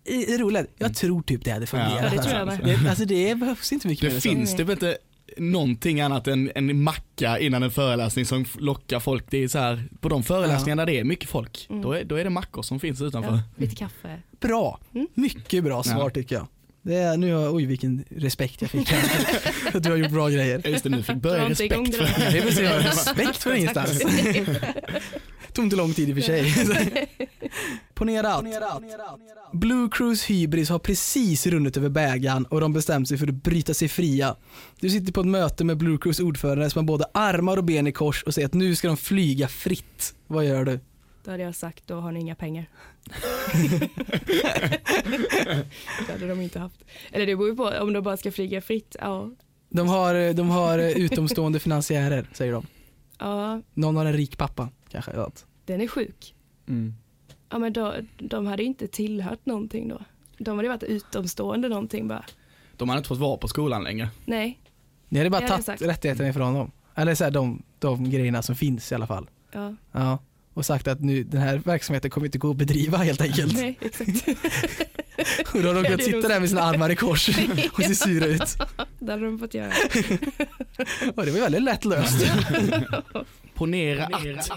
S1: I, i roligt. Jag tror typ det hade fungerat.
S3: Ja, det tror jag
S1: alltså.
S3: med.
S1: Det, alltså det behövs inte mycket
S2: Det
S1: mer än så.
S2: finns typ inte någonting annat än en macka innan en föreläsning som f- lockar folk. Det är så här, på de föreläsningar där det är mycket folk, då, är, då är det mackor som finns utanför.
S3: Ja, lite kaffe.
S1: Bra, mycket bra svar
S2: Ja.
S1: tycker jag. Det är, nu har, oj vilken respekt jag fick här. Att du har gjort bra grejer.
S2: Ja. Just det, nu fick
S3: Dra
S2: börja
S3: inte igång
S2: respekt
S3: det
S2: för
S1: Det är precis, jag har respekt för ingenstans. Tog inte lång tid i och för sig. Ponera att Blue Cruise Hybris har precis runnit över bägaren och de bestämt sig för att bryta sig fria. Du sitter på ett möte med Blue Cruise ordförande som har både armar och ben i kors och säger att nu ska de flyga fritt. Vad gör du?
S3: Då hade jag sagt, då har ni inga pengar. det hade de inte haft. Eller det beror ju på, om de bara ska flyga fritt, ja.
S1: De har, de har utomstående finansiärer säger de.
S3: ja
S1: Någon har en rik pappa kanske. eller något.
S3: den är sjuk.
S2: Mm.
S3: Ja men då, de hade ju inte tillhört någonting då. De hade ju varit utomstående någonting bara.
S2: De hade inte fått vara på skolan längre.
S3: Nej,
S1: Ni hade bara
S3: Ja, det är
S1: tagit
S3: sagt.
S1: rättigheterna ifrån dem. Eller så här, de, de grejerna som finns i alla fall.
S3: ja.
S1: Ja, och sagt att nu, den här verksamheten kommer inte gå att bedriva helt enkelt.
S3: Nej, exakt.
S1: Och då har de kunnat
S3: Ja, det är nog
S1: sitta där med sina armar i kors och se sura ut.
S3: Det hade de fått göra.
S1: Och det var väldigt lätt löst.
S2: Ponera att.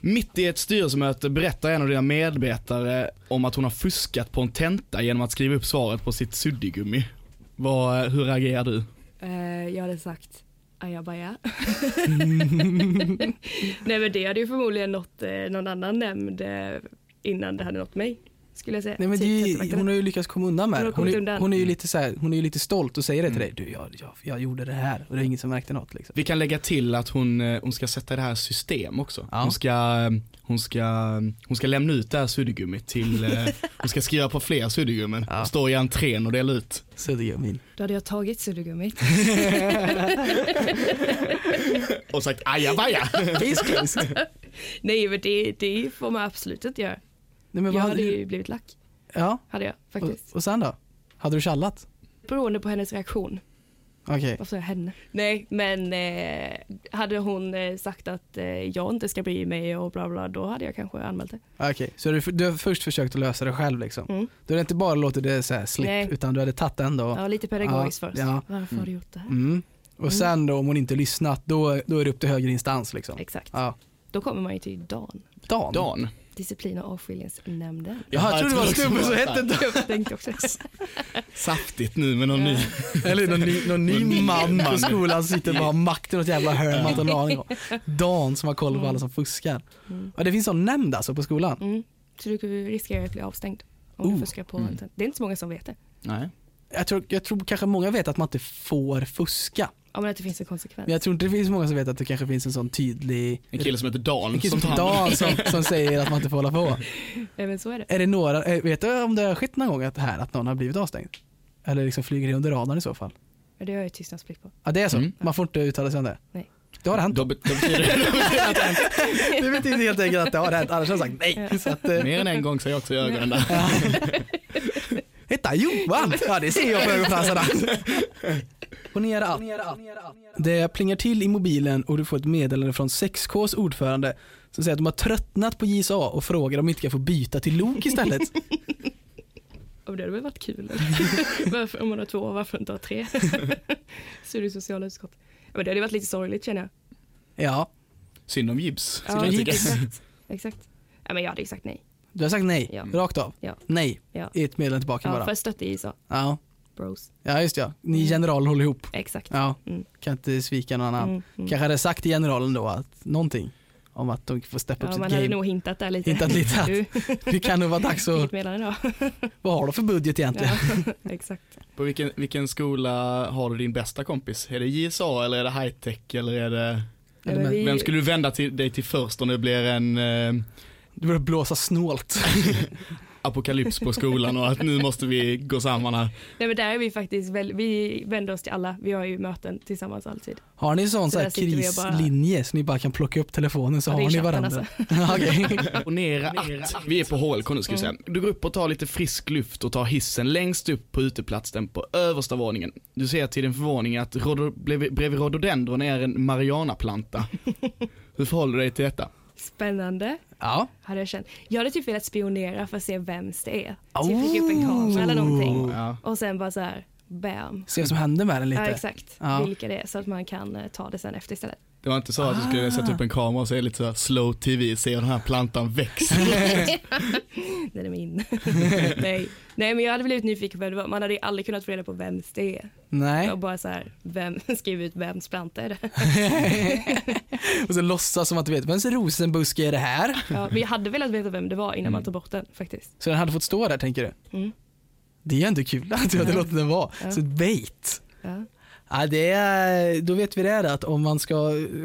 S2: Mitt i ett styrelsemöte berättar en av dina medarbetare om att hon har fuskat på en tenta genom att skriva upp svaret på sitt suddigummi. Vad, hur reagerar du?
S3: Eh, jag hade sagt ajabaja. Nej men det hade ju förmodligen nått eh, någon annan nämnd eh, innan det hade nått mig. Skulle jag säga.
S1: Nej, men det
S3: Typ
S1: är ju,
S3: tvättmakten.
S1: hon har ju lyckats komma undan med
S3: Hon
S1: det.
S3: har
S1: Hon,
S3: kommit
S1: är-
S3: undan. Mm.
S1: hon, är ju lite så här, hon är ju lite stolt och säger det till dig. Du, jag, jag, jag gjorde det här och det är ingen som märkte något. Liksom.
S2: Vi kan lägga till att hon, eh, hon ska sätta det här system också.
S1: Ja.
S2: Hon, ska, eh, hon, ska, hon ska lämna ut det här suddgummit till, eh, hon ska skriva på fler suddgummin.
S1: Ja.
S2: och Stå i entrén och dela ut.
S1: Så det gör min.
S3: Då hade jag tagit suddogummit.
S2: Och sagt ajabaja.
S1: Case closed.
S3: Nej men det, det får man absolut inte göra.
S1: Nej, men
S3: jag
S1: vad
S3: hade
S1: hade du?
S3: ju blivit lack.
S1: Ja,
S3: Hade jag
S1: och,
S3: faktiskt.
S1: och sen då? Hade du tjallat?
S3: Beroende på hennes reaktion.
S1: Okej.
S3: Varför sa jag henne? Nej men eh, hade hon eh, sagt att eh, jag inte ska bry mig och bla bla då hade jag kanske anmält det.
S1: Okej, så du, du har först försökt att lösa det själv liksom?
S3: Mm.
S1: Du hade inte bara låtit det så här slipp,
S3: Nej.
S1: utan du hade tagit den då?
S3: Ja lite pedagogiskt
S1: Ja,
S3: först.
S1: ja.
S3: Varför har du gjort det här?
S1: Mm. Och sen då om hon inte lyssnat, då, då är det upp till högre instans liksom?
S3: Exakt.
S1: Ja.
S3: Då kommer man ju till Dan.
S1: Dan?
S2: Dan.
S3: Disciplin och avskiljningsnämnden.
S1: Jaha, jag trodde det var en snubbe som hette Dan.
S3: Jag tänkte också.
S2: Saftigt nu med någon ny.
S1: Eller någon ny, någon ny man på skolan som sitter och bara har makten åt jävla hörn man inte
S2: Mm.
S1: har någon aning om. Dan som har koll på alla som fuskar. Ja, det finns sån nämnd alltså på skolan?
S3: Mm. Så du riskerar att bli avstängd om
S1: Oh.
S3: du fuskar på mm. Det är inte så många som vet det.
S2: Nej.
S1: Jag tror, jag tror kanske många vet att man inte får fuska.
S3: Ja men att det finns en konsekvens.
S1: Men jag tror inte det finns många som vet att det kanske finns en sån tydlig
S2: En kille som heter Dan.
S1: en kille som
S2: tar hand om-
S1: Dan som, som säger att man inte får hålla på.
S3: Nej men så är det.
S1: Är det några, eh, vet du om det har skett någon gång att, här, att någon har blivit avstängd? Eller liksom flyger det under radarn i så fall?
S3: Men det har jag ju tystnadsplikt på.
S1: Ja det är så,
S2: Mm.
S1: man får inte uttala sig om det.
S3: Nej.
S1: Det har hänt.
S2: Då be- då betyder
S1: Det betyder helt enkelt att det har hänt, annars hade jag sagt nej. Så att, eh,
S2: det mer än en gång säger jag också i ögonen där.
S1: Hetta Johan! Ja det ser jag på ögonfransarna. Ponera att det plingar till i mobilen och du får ett meddelande från 6Ks ordförande som säger att de har tröttnat på JSA och frågar om de inte kan få byta till LOK istället.
S3: Och det hade väl varit kul eller? varför, Om man har två, varför inte ha tre? så är det sociala utskott. Ja, men det hade varit lite sorgligt känner jag.
S1: Ja,
S2: Synd om Jibs.
S3: Ja,
S2: skulle jag tycka.
S3: exakt. exakt. Ja, men jag hade ju sagt nej.
S1: du har sagt nej,
S3: Ja.
S1: rakt av.
S3: Ja.
S1: Nej,
S3: Ja.
S1: i ett meddelande tillbaka
S3: Ja,
S1: bara.
S3: först stötte jag sa
S1: Ja.
S3: bros.
S1: ja, just det, ja. Ni generaler håller ihop.
S3: Exakt.
S1: Ja,
S3: Mm.
S1: kan inte svika någon annan.
S3: Mm, mm.
S1: Kanske hade sagt till generalen då att någonting om att de får steppa
S3: Ja,
S1: upp
S3: man
S1: sitt
S3: hade
S1: game.
S3: nog hintat där lite.
S1: Hintat lite att-
S3: Du,
S1: Det kan nog vara dags att,
S3: vilket meddelande då?
S1: vad har de för budget egentligen?
S3: Ja, exakt.
S2: På vilken, vilken skola har du din bästa kompis? Är det JSA eller är det high tech eller är det
S3: Nej,
S1: Eller
S3: men
S1: men-
S3: vi,
S2: Vem skulle du vända till, dig till först om det blir en eh,
S1: Du börjar blåsa snålt.
S2: apokalyps på skolan och att nu måste vi gå samman här?
S3: nej men där är vi faktiskt, väl, vi vänder oss till alla. Vi har ju möten tillsammans alltid.
S1: Har ni en sån,
S3: Så
S1: så här
S3: där sitter vi och bara-
S1: krislinje så ni bara kan plocka upp telefonen så
S3: Ja, det är
S1: har ni
S3: chatten, alltså.
S1: varandra? Okej.
S2: Ponera att vi är på HLK nu ska vi säga. Du går upp och tar lite frisk luft och tar hissen längst upp på uteplatsen på översta våningen. Du ser till din förvåning att rodo, blev- bredvid rhododendron är en marijuanaplanta. Hur förhåller du dig till detta?
S3: Spännande.
S1: Ja.
S3: Hade jag, känt. jag hade typ velat spionera för att se vems det är. Så
S1: Oh.
S3: jag fick upp en kamera eller någonting.
S2: Ja.
S3: Och sen bara så här, bam.
S1: Se vad som händer med den lite.
S3: Ja exakt,
S1: Ja.
S3: vilka det är så att man kan eh, ta det sen efter istället.
S2: Det var inte så att du skulle sätta upp en kamera och se lite så här slow tv, se hur den här plantan växer.
S3: Den är min. Nej. Nej men jag hade blivit nyfiken på vem det var. Man hade ju aldrig kunnat få reda på vems det är.
S1: Nej.
S3: Och bara så här, vem, skriv ut vems planta är det?
S1: och så låtsas som att du vet vems rosenbuske är det här?
S3: Ja, men jag hade velat veta vem det var innan
S1: Mm.
S3: man tog bort den faktiskt.
S1: Så den hade fått stå där tänker du?
S3: Mm.
S1: Det är ändå kul att du hade
S3: Ja.
S1: låtit den vara.
S3: Ja.
S1: Så ett bait.
S3: Ja.
S1: Ja, det är, då vet vi det här, att om man ska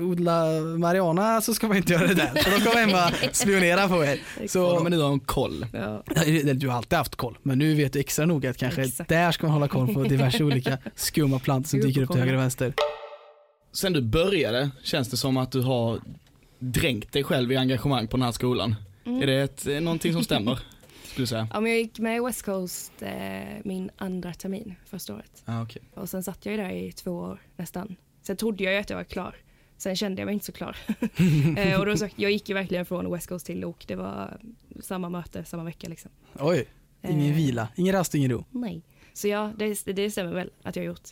S1: odla Mariana så ska man inte göra det där. För då kommer Emma spionera på er.
S2: Så,
S1: Så,
S2: men nu har hon koll.
S3: Ja.
S1: Eller, du har alltid haft koll, men nu vet du extra noga att kanske
S3: Exakt.
S1: där ska man hålla koll på diverse olika skumma plantor som
S3: Gud,
S1: dyker upp till
S3: kolla.
S1: höger och vänster.
S2: Sen du började känns det som att du har dränkt dig själv i engagemang på den här skolan. Är det ett, eh, någonting som stämmer? Skulle du säga?
S3: ja men jag gick med i West Coast eh, min andra termin första året.
S2: Ah, okay.
S3: Och sen satt jag ju där i två år nästan. Sen trodde jag ju att jag var klar. Sen kände jag mig inte så klar. eh, och då sagt, jag gick ju verkligen från West Coast till Lok. Det var samma möte, samma vecka liksom.
S1: Oj, ingen
S3: Eh.
S1: vila, ingen rast, ingen ro.
S3: Nej. Så ja, det, det stämmer väl att jag har gjort.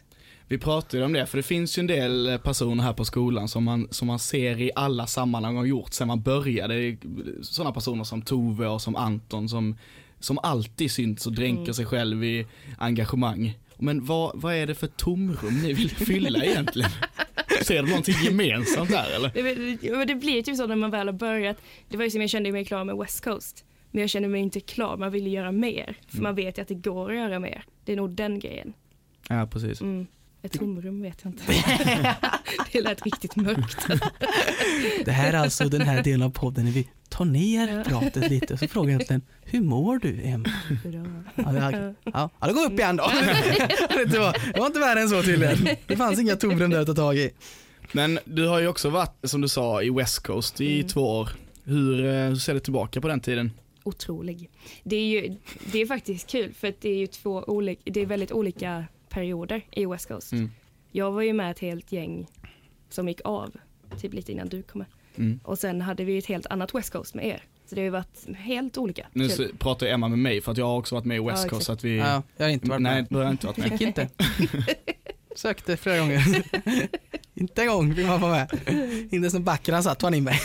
S2: Vi pratade ju om det, för det finns ju en del eh, personer här på skolan som man, som man ser i alla sammanhang och har gjort sedan man började. Det är Sådana personer som Tove och som Anton som, som alltid syns och dränker sig själv i engagemang. Men vad, vad är det för tomrum ni vill fylla egentligen? Ser du någonting gemensamt där eller?
S3: Det, det, det blir typ så när man väl har börjat. Det var ju som jag kände mig klar med West Coast. Men jag kände mig inte klar, man vill ju göra mer. För
S1: Mm.
S3: man vet ju att det går att göra mer. Det är nog den grejen.
S2: Ja, precis.
S3: Mm. Ett tomrum vet jag inte. det lät riktigt mörkt.
S1: Det här är alltså den här delen av podden när vi tar ner pratet lite och så frågar jag egentligen, hur mår du Emma? Ja, det, här, ja, ja, då går vi upp igen då. Det var, det var inte värre än så tydligen. Det fanns inga tomrum där att ta tag i.
S2: Men du har ju också varit, som du sa, i West Coast i
S3: Mm.
S2: två år. Hur, eh, hur ser du tillbaka på den tiden?
S3: Otrolig. Det är ju det är faktiskt kul för att det är ju två olika, det är väldigt olika perioder i West Coast.
S2: Mm.
S3: Jag var ju med ett helt gäng som gick av, typ lite innan du kom med.
S2: Mm.
S3: Och sen hade vi ett helt annat West Coast med er. Så det har ju varit helt olika.
S2: Nu
S3: Kul.
S2: så pratar Emma med mig för att jag har också varit med i West
S3: Ja,
S2: Coast så att vi... Mm,
S1: Ja, jag har inte varit
S2: Nej,
S1: med.
S2: du har inte varit med.
S1: Fick inte. Sökte flera gånger. inte en gång fick man vara med. Inte ens när Baccaran satt var han in mig.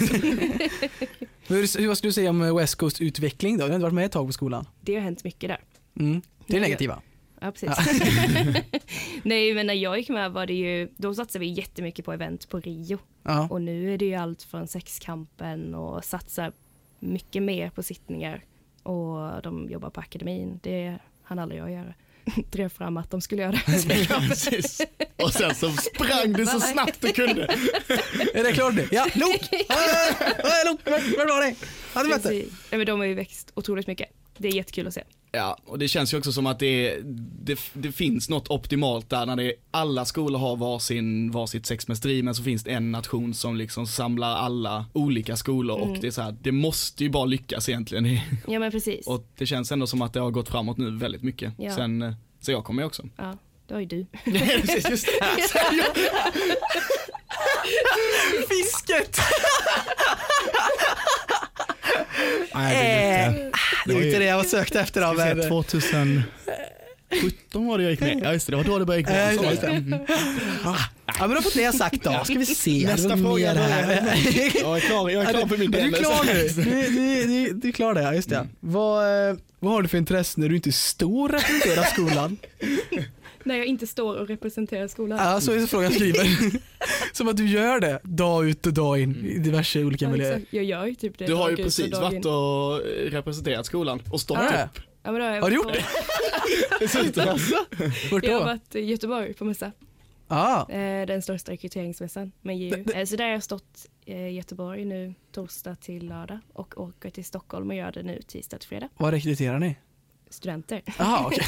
S1: Hur, vad skulle du säga om West Coast utveckling då? Du har inte varit med ett tag på skolan.
S3: Det har hänt mycket där.
S1: Mm. Det är
S3: Ja,
S1: negativa.
S3: Ja, precis. Nej, men när jag gick med var det ju, då satsade vi jättemycket på event på Rio.
S1: Ja.
S3: Och nu är det ju allt från sexkampen och satsar mycket mer på sittningar. Och de jobbar på akademin. Det hann aldrig jag göra. Drev fram att de skulle göra det. Så det är klart.
S2: Precis. Och sen så sprang du så snabbt du kunde.
S1: Är det klart nu? Ja, Lok! Ja, Lok, vad bra det Hade bättre.
S3: Precis. Nej, men de har ju växt otroligt mycket. Det är jättekul att se.
S2: Ja, och det känns ju också som att det, är- det, det finns något optimalt där när det, är- alla skolor har var, sin, var sitt sexmästeri men så finns det en nation som liksom samlar alla olika skolor
S3: Mm.
S2: och det är så här, det måste ju bara lyckas egentligen. i-
S3: Ja, men precis.
S2: Och det känns ändå som att det har gått framåt nu väldigt mycket.
S3: Ja.
S2: Sen, eh, så jag kommer ju också.
S3: Ja, det har ju du.
S2: Precis, just det. Så jag-
S1: Fisket!
S2: Nej,
S1: Eh, Det var inte det
S2: det.
S1: jag sökte efter av eh,
S2: var ju-
S1: men-
S2: 2017 var det jag gick med. Ja just det, det var då det började
S1: Eh,
S2: gå. Så var det. Mm.
S1: ah. Ja men då har fått det sagt då. Ska vi se.
S2: Nästa
S1: Det var
S2: fråga,
S1: mer
S2: då är
S1: här.
S2: Jag är klar, jag är klar för min
S1: Ja,
S2: del.
S1: Du är klar nu. Du, du, du, du är klar där, ja, just det. Vad, eh, vad har du för intresse när du inte står och representerar skolan?
S3: När jag inte står och representerar skolan.
S1: ja, så är frågan skriven. Som att du gör det dag ut och dag in i diverse olika
S3: Ja,
S1: miljöer.
S3: exakt. jag gör ju typ det.
S2: Du har ju
S3: dag ut och
S2: precis
S3: dag in.
S2: varit och representerat skolan och stått
S1: Ja,
S2: upp.
S3: Ja, men då
S1: Har du
S3: varit
S1: gjort
S3: på-
S2: Dessutom.
S1: Vart
S3: Jag har
S1: då?
S3: varit i Göteborg på mässa.
S1: Ah,
S3: Eh, den största rekryteringsmässan med JU. Eh, så där har jag stått eh, i Göteborg nu torsdag till lördag och åker till Stockholm och gör det nu tisdag till fredag.
S1: vad rekryterar ni?
S3: Studenter.
S1: Ah, okej.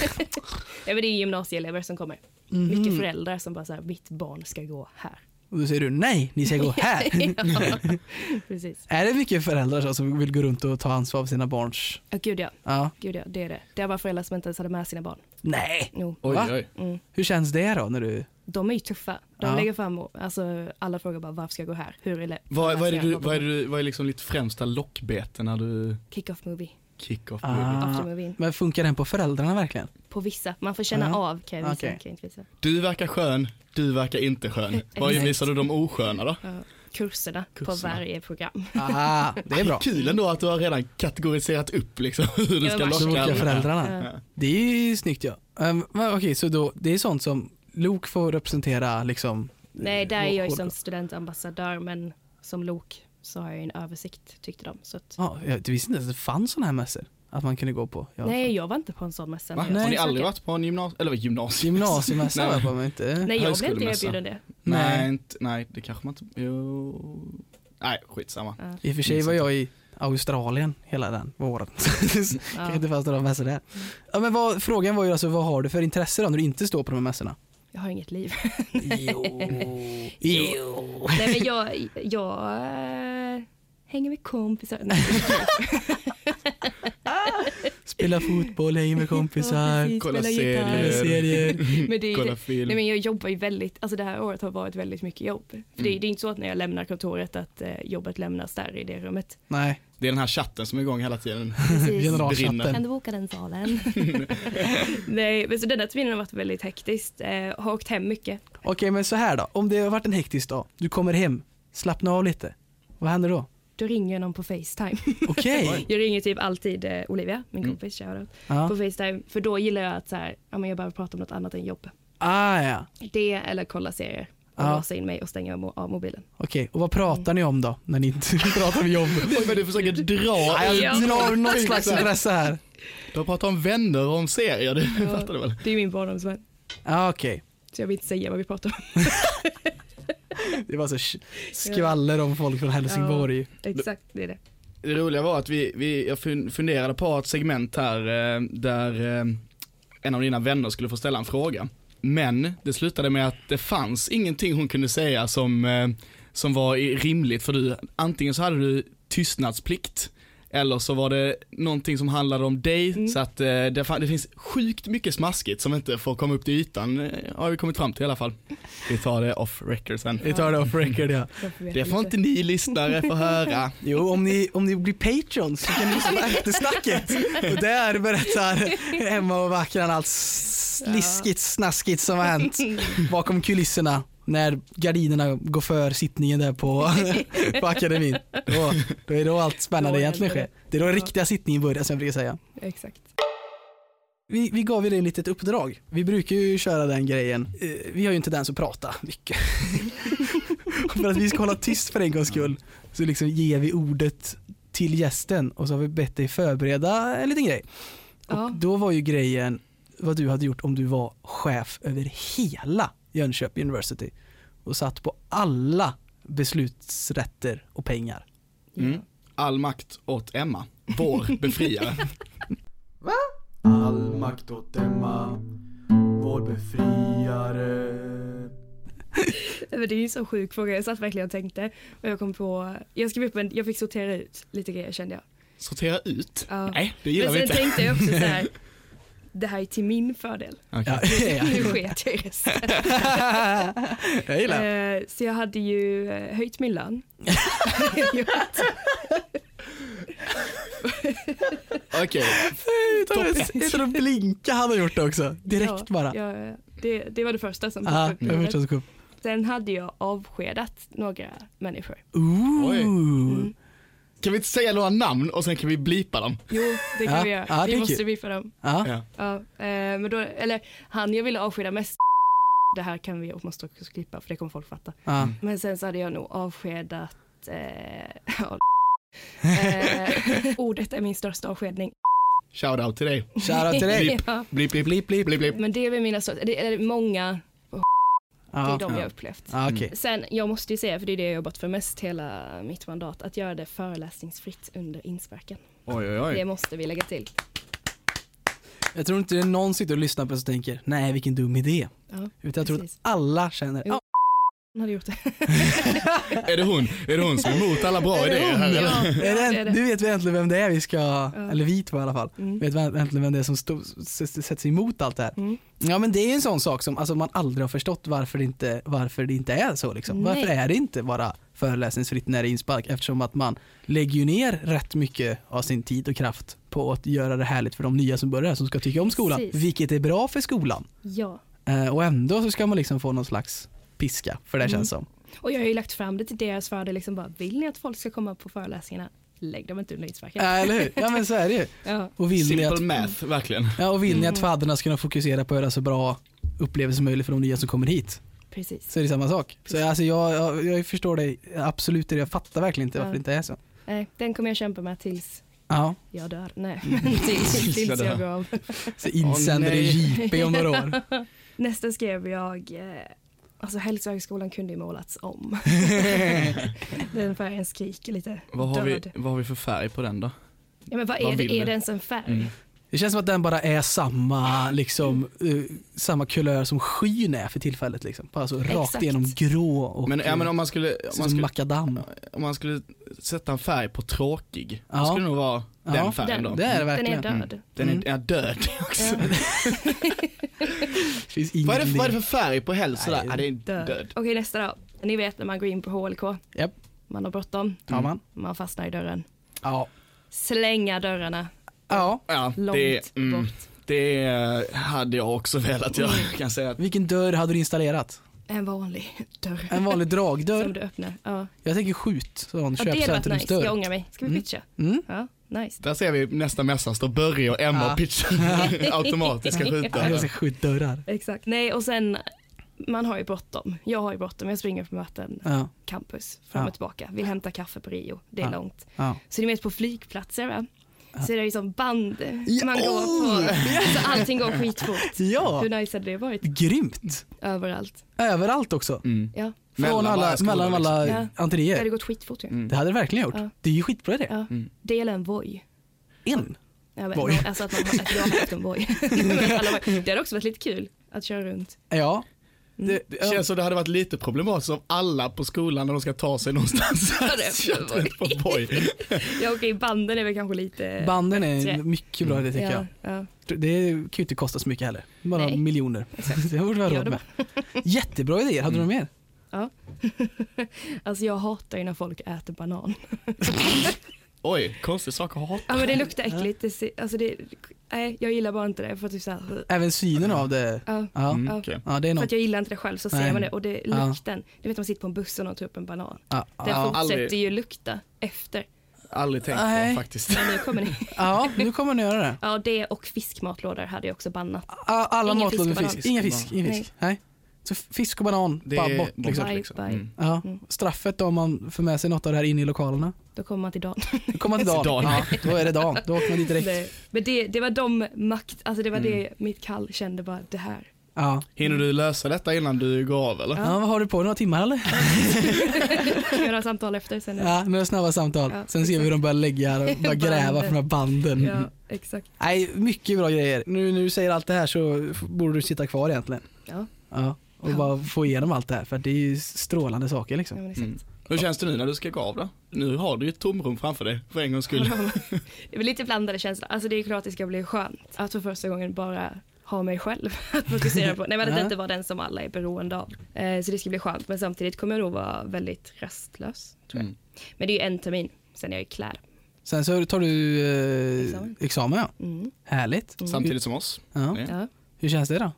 S3: Nej, men det är gymnasieelever som kommer.
S2: Mhm.
S3: Mycket föräldrar som bara så här, mitt barn ska gå här.
S1: Och då säger du nej, ni ska gå
S2: Äh.
S1: här.
S3: Ja, Precis.
S1: är det mycket föräldrar så som vill gå runt och ta ansvar för sina barns...
S3: Ja, gud ja,
S2: Ah.
S1: Ja.
S3: gud ja, det är det. Det var föräldrar som inte ens hade med sina barn.
S1: Nej!
S3: Jo.
S2: Oj,
S1: Va?
S2: oj.
S3: Mm.
S1: Hur känns det då när du...
S3: De är ju tuffa. De
S2: Ah.
S1: Ja.
S3: lägger fram och, alltså, alla frågar bara varför ska jag gå här? Hur är det?
S2: Vad, vad, är det
S3: Ska
S2: du,
S3: Alltså, jag gå
S2: vad, är
S3: på
S2: det du, vad är liksom ditt främsta lockbete när du
S3: Kick-off movie,
S2: kick-off?
S1: Ah.
S3: aftermovien.
S1: Men funkar den på föräldrarna verkligen?
S3: På vissa, man får känna
S2: Ah.
S1: Ja.
S3: av kan jag visa.
S1: Okej.
S3: Kan jag inte visa.
S2: Du verkar skön, du verkar inte skön. Vad
S3: Exakt.
S2: visar du de osköna då?
S3: Ja. Kurserna, på
S2: Kurserna.
S3: varje program.
S1: Ah, det är bra.
S2: Kul ändå att du har redan kategoriserat upp liksom hur du
S3: Ja,
S2: ska
S3: men-
S1: De
S2: locka.
S1: olika
S2: alla.
S1: föräldrarna.
S3: Ja.
S1: Det är ju snyggt ja. Um, men Okej, så då, det är sånt som Luke får representera liksom...
S3: Nej, där är jag ju
S1: och-
S3: som studentambassadör men som lok så har jag ju en översikt tyckte de. Så att,
S1: Ja, jag visste inte ens att det fanns såna här mässor. Att man kunde gå på. Jag-
S3: nej, jag var inte på en sån mässa. när
S2: Va?
S3: jag
S2: Har ni
S3: söker.
S2: aldrig varit på en gymnasium? Eller gymnasium?
S1: Gymnasiemässa
S2: Nej.
S1: var jag på men inte.
S3: Nej, jag blev inte
S2: Högskolemässa.
S3: erbjuden det.
S1: Nej.
S2: Nej, inte, nej, det kanske man inte... Jo. Nej, skitsamma.
S1: I och för sig var jag i Australien hela den våren. Kanske
S3: Ja. Mm.
S1: inte fanns några mässor där. Ja, men vad, frågan var ju alltså vad har du för intresse då när du inte står på de här mässorna?
S3: Jag har inget liv.
S1: Jo. jo.
S3: nej, men jag, jag eh, hänger med kompisar. Nej,
S1: Spela fotboll, hänger med
S3: ja,
S1: kompisar,
S3: precis,
S2: Kolla
S3: spelar
S2: serier.
S3: gitarr.
S1: kolla serier.
S3: Men det är ju
S2: Kolla
S3: det.
S2: film.
S3: Nej men jag jobbar ju väldigt, alltså det här året har varit väldigt mycket jobb. För det,
S2: Mm.
S3: är- det är inte så att när jag lämnar kontoret att eh, jobbet lämnas där i det rummet.
S1: Nej,
S2: Det är den här chatten som är igång hela tiden.
S3: Kan
S1: generalchatten.
S3: du boka den salen? Nej, men så den här terminen har varit väldigt hektiskt. Eh, har åkt hem mycket.
S1: Okej men så här då, om det har varit en hektisk dag, du kommer hem, slappna av lite. Vad händer då?
S3: Då ringer någon på Facetime.
S1: Okej.
S3: jag ringer typ alltid eh, Olivia, min kompis, shoutout, på
S1: Ja.
S3: Facetime. För då gillar jag att så här, ja, men jag behöver prata om något annat än jobb.
S1: Ah, ja.
S3: Det eller kolla serier. Och
S1: Ja.
S3: låsa in mig och stänga mo- av mobilen.
S1: Okej, och vad pratar ni om då när ni inte pratar om jobb?
S2: Oj, men du försöker dra.
S1: Nej,
S3: Ja.
S1: Jag drar något slags intresse här.
S2: Du har pratat om vänner och om serier, du
S3: Ja.
S2: fattar du väl?
S3: Det är min barndomsvän.
S1: Ah, Okej,
S3: Så jag vill inte säga vad vi pratar om.
S1: det var så sh- skvaller om folk från Helsingborg.
S3: Exakt, det är det.
S2: Det roliga var att vi, vi jag fun- funderade på ett segment här eh, där eh, en av dina vänner skulle få ställa en fråga. Men det slutade med att det fanns ingenting hon kunde säga som, eh, som var i- rimligt för du, antingen så hade du tystnadsplikt eller så var det någonting som handlade om dig
S1: Mm.
S2: så att eh, det, fan, det finns sjukt mycket smaskigt som inte får komma upp till ytan eh, har vi kommit fram till i alla fall. Vi tar det off record sen.
S1: Vi tar det off record ja.
S3: Varför vet
S2: Det
S3: jag
S2: får inte ni lyssnare få höra.
S1: Jo, om ni, om ni blir patreons så kan ni lyssna på eftersnacket. Och där berättar Emma och Vakran allt sliskigt, snaskigt som har hänt bakom kulisserna när gardinerna går för sittningen där på, på akademin. Då, då är det då allt spännande
S3: Då
S1: egentligen
S3: händer
S1: sker. Det är då
S3: Ja.
S1: riktiga sittningen börjar som jag brukar säga.
S3: Exakt.
S1: Vi, vi gav ju dig ett litet uppdrag. Vi brukar ju köra den grejen. Eh, Vi har ju inte den att prata mycket. för att vi ska hålla tyst för en gångs skull så liksom ger vi ordet till gästen och så har vi bett dig förbereda en liten grej.
S3: Ja.
S1: Och då var ju grejen vad du hade gjort om du var chef över hela Jönköping University och satt på alla beslutsrätter och pengar.
S2: Mm. All makt åt Emma, vår befriare.
S4: All makt åt Emma, vår befriare.
S3: Ja, men Det är ju en så sjuk fråga. Jag satt verkligen och tänkte och jag kom på, jag skrev upp en, jag fick sortera ut lite grejer kände jag.
S2: Sortera ut?
S3: Ja.
S2: Nej, det
S3: Men
S2: gillar
S3: sen
S2: vi inte.
S3: tänkte jag också så här, det här är till min fördel.
S2: Okej.
S1: Ja, ja.
S3: Nu sket jag i resten.
S1: Jag gillar det.
S3: Eh, Så jag hade ju eh, höjt min lön. Jag vet.
S2: Okej,
S1: Utan att- Utan att blinka han har gjort det också. Direkt bara.
S3: Ja, ja, det, det var det första som
S1: Ja,
S3: upp i
S1: jag
S3: huvudet.
S1: förstår så
S3: Sen hade jag avskedat några människor.
S1: Ooh.
S2: Oj.
S1: Mm.
S3: Mm.
S2: kan vi inte säga några namn och sen kan vi blipa dem?
S3: Jo, det kan
S1: Ja,
S3: vi göra.
S1: ja, det
S3: vi
S1: är
S3: måste
S1: kul.
S3: biffa dem.
S1: Ja.
S2: Ja.
S3: Ja, eh, men då, eller han jag ville avskeda mest det här kan vi måste också klippa för det kommer folk fatta.
S1: Ja.
S3: Men sen så hade jag nog avskedat eh, ja, eh, ordet är min största avskedning.
S2: Shoutout till dig.
S1: Shoutout till dig.
S3: ja,
S2: Blip, blip, blip, blip, blip. blip.
S3: men det är väl mina största, det är många Det är
S1: Ja,
S3: de jag Mm.
S2: Ja.
S3: har upplevt.
S1: ja okej.
S3: Sen, jag måste ju säga, för det är det jag har jobbat för mest hela mitt mandat, att göra det föreläsningsfritt under insparken.
S2: Oj, oj, oj.
S3: Det måste vi lägga till.
S1: Jag tror inte det är någon sitter och lyssnar på oss och tänker, nej vilken dum idé.
S3: Ja,
S1: Utan jag tror att
S3: Precis.
S1: alla känner,
S3: Jo.
S1: ja,
S3: hon hade gjort det.
S2: Är det hon? Är det hon som är emot alla bra
S3: Är det
S2: idéer
S3: hon?
S2: här eller?
S3: Ja,
S1: är det,
S3: det är det.
S1: nu vet vi äntligen vem det är vi ska, eller vi två i alla fall,
S3: Mm.
S1: vet vi äntligen vem det är som stå, s- s- sätts emot allt det här.
S3: Mm.
S1: Ja men det är ju en sån sak som alltså, man aldrig har förstått varför det inte, varför det inte är så. Liksom.
S3: Nej.
S1: Varför är det inte bara föreläsningsfritt när det är inspark? Eftersom att man lägger ju ner rätt mycket av sin tid och kraft på att göra det härligt för de nya som börjar som ska tycka om skolan.
S3: Precis.
S1: Vilket är bra för skolan.
S3: Ja,
S1: Eh, och ändå så ska man liksom få någon slags piska för det
S3: Mm.
S1: känns som.
S3: och jag har ju lagt fram det till deras fördel, liksom bara, vill ni att folk ska komma på föreläsningarna? Lägg dem inte under
S1: Ja.
S3: insparken.
S2: Äh.
S1: Eller hur? Ja men så är det ju.
S3: Ja.
S1: Och vill ni
S2: Simple
S1: att,
S2: math, verkligen.
S1: ja, och vill ni att
S3: Mm.
S1: fadderna ska kunna fokusera på att göra så bra upplevelse som möjligt för de nya som kommer hit.
S3: Precis.
S1: så är det samma sak. Så alltså jag, jag, jag förstår dig absolut, jag fattar verkligen inte varför
S3: Ja.
S1: det inte är så.
S3: Nej, den kommer jag kämpa med tills
S1: Ja,
S3: jag dör. Nej,
S2: Mm.
S3: men tills, tills jag går av.
S1: så insänder
S2: Åh,
S1: i
S2: nej.
S1: JP om några år.
S3: Nästa skrev jag, eh, alltså hälsohögskolan kunde ju målats om. den färgen skriker lite
S2: Vad har, vi,
S3: död.
S2: vad har vi för färg på den då?
S3: Ja, men vad
S2: Vad
S3: är
S2: vill
S3: det? Är
S2: du?
S3: det ens en färg?
S2: Mm.
S1: Det känns som att den bara är samma, liksom, eh, samma kulör som skyn är för tillfället. Liksom. Bara så rakt
S3: Exakt.
S1: igenom grå och
S2: Men, ja, men om man skulle, om
S1: ser
S2: man
S1: som
S2: skulle,
S1: makadam.
S2: om man skulle sätta en färg på tråkig,
S1: Ja.
S2: då skulle det nog vara
S1: Ja.
S2: den färgen då.
S3: Den.
S1: Det är det
S3: Den
S1: verkligen.
S3: är död.
S2: Den
S1: Mm.
S2: är, är död.
S3: Ja.
S1: Det finns ingen
S2: vad, är det, för- vad är
S1: idé.
S2: det för färg på hälsa
S1: Nej,
S2: där? Ja, det är död.
S3: Okej nästa då. Ni vet när man går in på HLK,
S1: Japp.
S3: man har bråttom,
S1: Tar
S2: Mm.
S1: man?
S3: man fastnar i dörren.
S1: Ja.
S3: Slänga dörrarna
S1: ja.
S2: Ja,
S3: långt
S2: det, mm,
S3: bort.
S2: det hade jag också velat göra.
S1: Mm.
S2: Jag kan säga att
S1: Vilken dörr hade du installerat?
S3: En vanlig dörr
S1: En vanlig
S3: som
S1: dragdörr?
S3: du öppnar. Ja.
S1: Jag tänker skjut, sån
S3: Ja, det hade varit nice, jag
S1: köpcentrumsdörr.
S3: ångrar mig. Ska vi
S1: Mm.
S3: pitcha?
S1: Mm.
S3: Ja, nice.
S2: där ser vi nästa mässa står Börje och Emma
S1: Ja.
S2: och pitchar automatiska
S1: Ja, jag ser
S2: skjutdörrar.
S1: skjutdörrar.
S3: Exakt. Nej och sen, man har ju bråttom. Jag har ju bråttom, jag springer på möten,
S1: Ja.
S3: campus, fram
S1: Ja.
S3: och tillbaka. Vill hämta kaffe på Rio, det är
S1: Ja.
S3: långt.
S1: Ja.
S3: Så ni vet på flygplatser va? Så är det ju som band
S1: Ja,
S3: man går på. Så allting går skitfort.
S1: Ja,
S3: Hur nice hade det varit?
S1: grymt.
S3: Överallt.
S1: Överallt också.
S2: Mm.
S3: Ja.
S1: Från alla,
S2: skolor,
S1: mellan alla
S3: liksom. Det
S1: entréer.
S3: hade gått skitfort ju.
S1: Det hade det verkligen gjort.
S3: Ja.
S1: Det är ju skitbra det.
S3: Ja. Dela en voj.
S1: En.
S3: Jag vet,
S1: Voj.
S3: Alltså att, man, har- att jag har haft en voj. Men alla voj. det hade också varit lite kul att köra runt.
S1: Ja.
S3: Mm.
S1: Det,
S2: Det känns som det hade varit lite problematiskt om alla på skolan när de ska ta sig någonstans
S3: det är
S2: kört
S3: för
S2: runt på boj.
S3: Ja okej, banden är väl kanske lite...
S1: banden är
S3: bättre.
S1: mycket bra det tycker
S3: ja, jag.
S1: jag. Det kan ju inte kosta så mycket heller. Bara
S3: Nej.
S1: miljoner. Det borde vi ha
S3: Gör
S1: råd
S3: det
S1: med. Jättebra idéer. Hade
S2: Mm.
S1: du något mer?
S3: Ja. Alltså jag hatar ju när folk äter banan.
S2: Oj, konstig sak att hata.
S3: Ja men det luktar äckligt. Det, ser- alltså det, nej, jag gillar bara inte det. För, typ så här,
S1: Även synen av det.
S3: ja.
S1: Ja,
S2: Mm,
S3: Ja.
S2: okej.
S1: ja det är
S3: för
S1: något.
S3: att jag gillar inte det själv så
S1: Nej.
S3: ser man det och det
S1: Ja.
S3: lukten. Du vet man sitter på en buss och någon tar upp en banan.
S1: Ja,
S3: Den
S1: ja.
S3: fortsätter
S2: aldrig.
S3: ju lukta efter.
S2: Aldrig tänkt
S1: Nej.
S2: på faktiskt.
S3: Men nu kommer ni.
S1: ja, nu kommer ni göra det.
S3: Ja det och fiskmatlådor hade jag också bannat.
S1: A- Alla
S3: Ingen
S1: matlådor med
S3: fisk och
S1: fisk. Inga fisk. Ingen fisk. Nej. Så fisk och banan,
S2: Det
S1: bara
S2: är
S1: bort liksom.
S3: Bye, bye.
S2: Mm.
S1: Ja.
S3: Mm.
S1: Straffet då om man för med sig något av det här in i lokalerna?
S3: Då kommer man till dagen.
S1: Då kommer man till dagen.
S2: Dagen.
S1: Ja, då är det dagen. Då åker man dit direkt.
S3: Nej. Men det, det var de makt, alltså det var
S2: Mm.
S3: det mitt kall kände bara det här.
S1: Ja.
S2: Hinner du lösa detta innan du går av eller?
S1: Ja, vad har du på dig? Några timmar eller?
S3: Vi har samtal efter sen.
S1: Ja, några snabba samtal.
S3: Ja.
S1: Sen ser vi hur de börjar lägga och börjar gräva för de här banden.
S3: Ja, exakt.
S1: Nej, mycket bra grejer. Nu när du säger allt det här så f- borde du sitta kvar egentligen.
S3: Ja,
S1: Ja, och
S3: Ja.
S1: bara få igenom allt det här för att det är ju strålande saker liksom.
S3: ja men
S2: Mm.
S3: exakt.
S2: Hur känns det nu när du ska gå av då? Nu har du ju ett tomrum framför dig för en gångs skull.
S3: Det var lite blandade känslor. Alltså det är klart det ska bli skönt att för första gången bara ha mig själv att fokusera på. Nej men att
S1: Ja.
S3: inte vara den som alla är beroende av. Eh, så det ska bli skönt men samtidigt kommer jag nog vara väldigt rastlös. Tror jag.
S2: Mm.
S3: Men det är ju en termin, sen är jag ju klar.
S1: Sen så tar du eh, examen.
S3: Examen.
S1: ja.
S3: Mm.
S1: Härligt.
S2: Samtidigt som oss.
S1: Ja.
S2: Ja.
S3: Ja,
S1: Hur känns det då?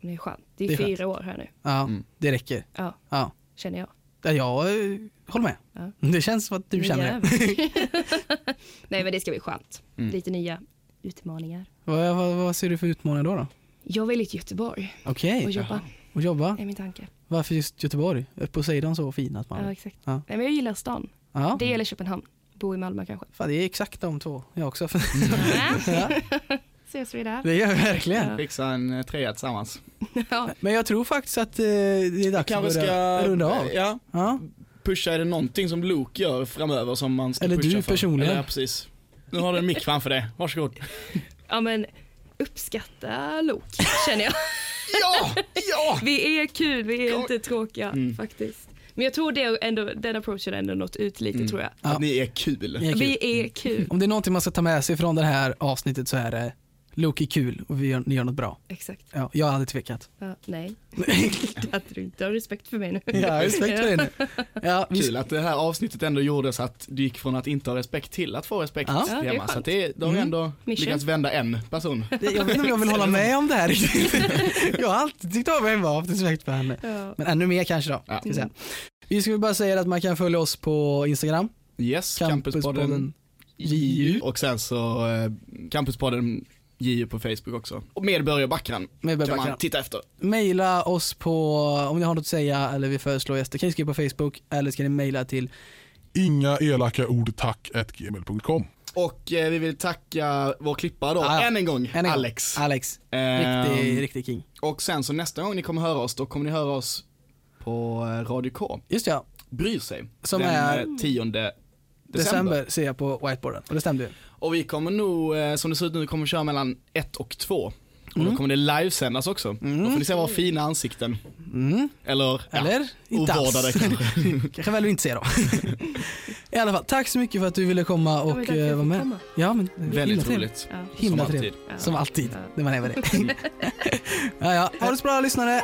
S3: men det är skönt. Det är,
S1: Det är
S3: fyra år här nu.
S1: Ja,
S2: Mm.
S1: det räcker.
S3: Ja,
S1: Ja.
S3: känner jag.
S1: Ja, Jag eh, håller med.
S3: Ja.
S1: Det känns som att du känner det.
S3: Jävlar. Nej men det ska bli skönt.
S2: Mm.
S3: Lite nya utmaningar.
S1: Vad, vad, vad ser du för utmaningar då? då?
S3: Jag vill till Göteborg
S1: Okej,
S3: och jobba,
S1: och jobba.
S3: är min tanke.
S1: Varför just Göteborg? Är Poseidon så fin att
S3: Ja,
S1: man...
S3: exakt.
S1: Ja.
S3: Nej, men jag gillar stan.
S1: Ja.
S3: Det gäller Köpenhamn. Bo i Malmö kanske.
S1: Fan, det är exakt de två jag också.
S3: Ja.
S1: ja,
S3: Ses vi där.
S1: det gör jag verkligen.
S3: Ja.
S2: Fixa en eh, trea tillsammans.
S3: ja,
S1: Men jag tror faktiskt att eh, det är dags att
S2: Kanske
S1: börja
S2: ska
S1: runda av.
S2: Ja,
S1: Ja.
S2: pusha, är det någonting som Luke gör framöver som man ska
S1: Eller
S2: pusha
S1: du
S2: för?
S1: personligen.
S2: Eller, ja, precis. Nu har du en mick framför dig, varsågod.
S3: ja men uppskatta Lok känner jag.
S2: Ja! Ja!
S3: Vi är kul, vi är inte tråkiga
S2: Mm.
S3: faktiskt. Men jag tror det är ändå, den approachen ändå nått ut lite tror jag.
S1: Ja.
S2: Att ni är kul.
S1: Ni Mm. är kul.
S3: Vi är kul.
S1: Om det är någonting man ska ta med sig från det här avsnittet så är det Loki är kul och vi gör, ni gör något bra.
S3: Exakt.
S1: Ja, jag har aldrig tvekat.
S3: Ja, nej, att du inte har respekt för mig nu.
S1: ja, respekt för det nu. Ja, vi,
S2: Kul att det här avsnittet ändå gjordes att du gick från att inte ha respekt till att få respekt.
S1: Ja.
S3: Ja, det är
S2: Emma. Så
S3: skönt.
S2: att det, är- de har
S1: Mm.
S2: ändå
S3: Mission.
S2: lyckats vända en person.
S1: det, jag vet inte om jag vill hålla med om det här riktigt. Jag har alltid tyckt om Emma och haft respekt för henne.
S3: Ja.
S1: Men ännu mer kanske då.
S2: Ja.
S1: Ska vi säga. Vi skulle bara säga att man kan följa oss på Instagram,
S2: Yes, Campuspodden
S1: Campuspodden JU.
S2: Och sen så eh, Campuspodden JU på Facebook också. Och med Börje Backran
S1: med
S2: kan man
S1: Bebackan.
S2: titta efter.
S1: Mejla oss på, om ni har något att säga eller vill föreslå gäster kan ni skriva på Facebook eller så kan ni mejla till
S5: Inga elaka ord tack at gmail.com.
S2: Och eh, vi vill tacka vår klippare då,
S1: Ah, Ja, ja.
S2: än en gång,
S1: Än en gång.
S2: Alex.
S1: Alex.
S2: Ehm,
S1: Riktig, riktig king.
S2: Och sen så nästa gång ni kommer höra oss, då kommer ni höra oss på eh, Radio K.
S1: Just det, ja.
S2: Bryr sig.
S1: Som
S2: den
S1: är-
S2: eh, 10 december.
S1: December ser jag på whiteboarden och det stämde ju.
S2: Och vi kommer nog, eh, som det ser ut nu, kommer köra mellan 1 och 2. Och
S1: Mm.
S2: då kommer det livesändas också. Då får ni se våra fina ansikten.
S1: Mm.
S2: Eller, ja,
S1: Eller? Inte
S2: ovårdade
S1: alls.
S2: kanske.
S1: kanske väl du inte ser då. I alla fall, tack så mycket för att du ville komma
S3: men
S1: och
S3: tack för att jag
S1: eh, vara
S3: fick
S1: med.
S3: komma.
S1: Ja, men,
S2: Väldigt
S1: himla
S2: roligt.
S3: Ja.
S1: Himla
S2: Som alltid.
S1: trevligt. Som alltid,
S3: Ja.
S1: när man är med det. ja, ja. Ha det så bra lyssnare.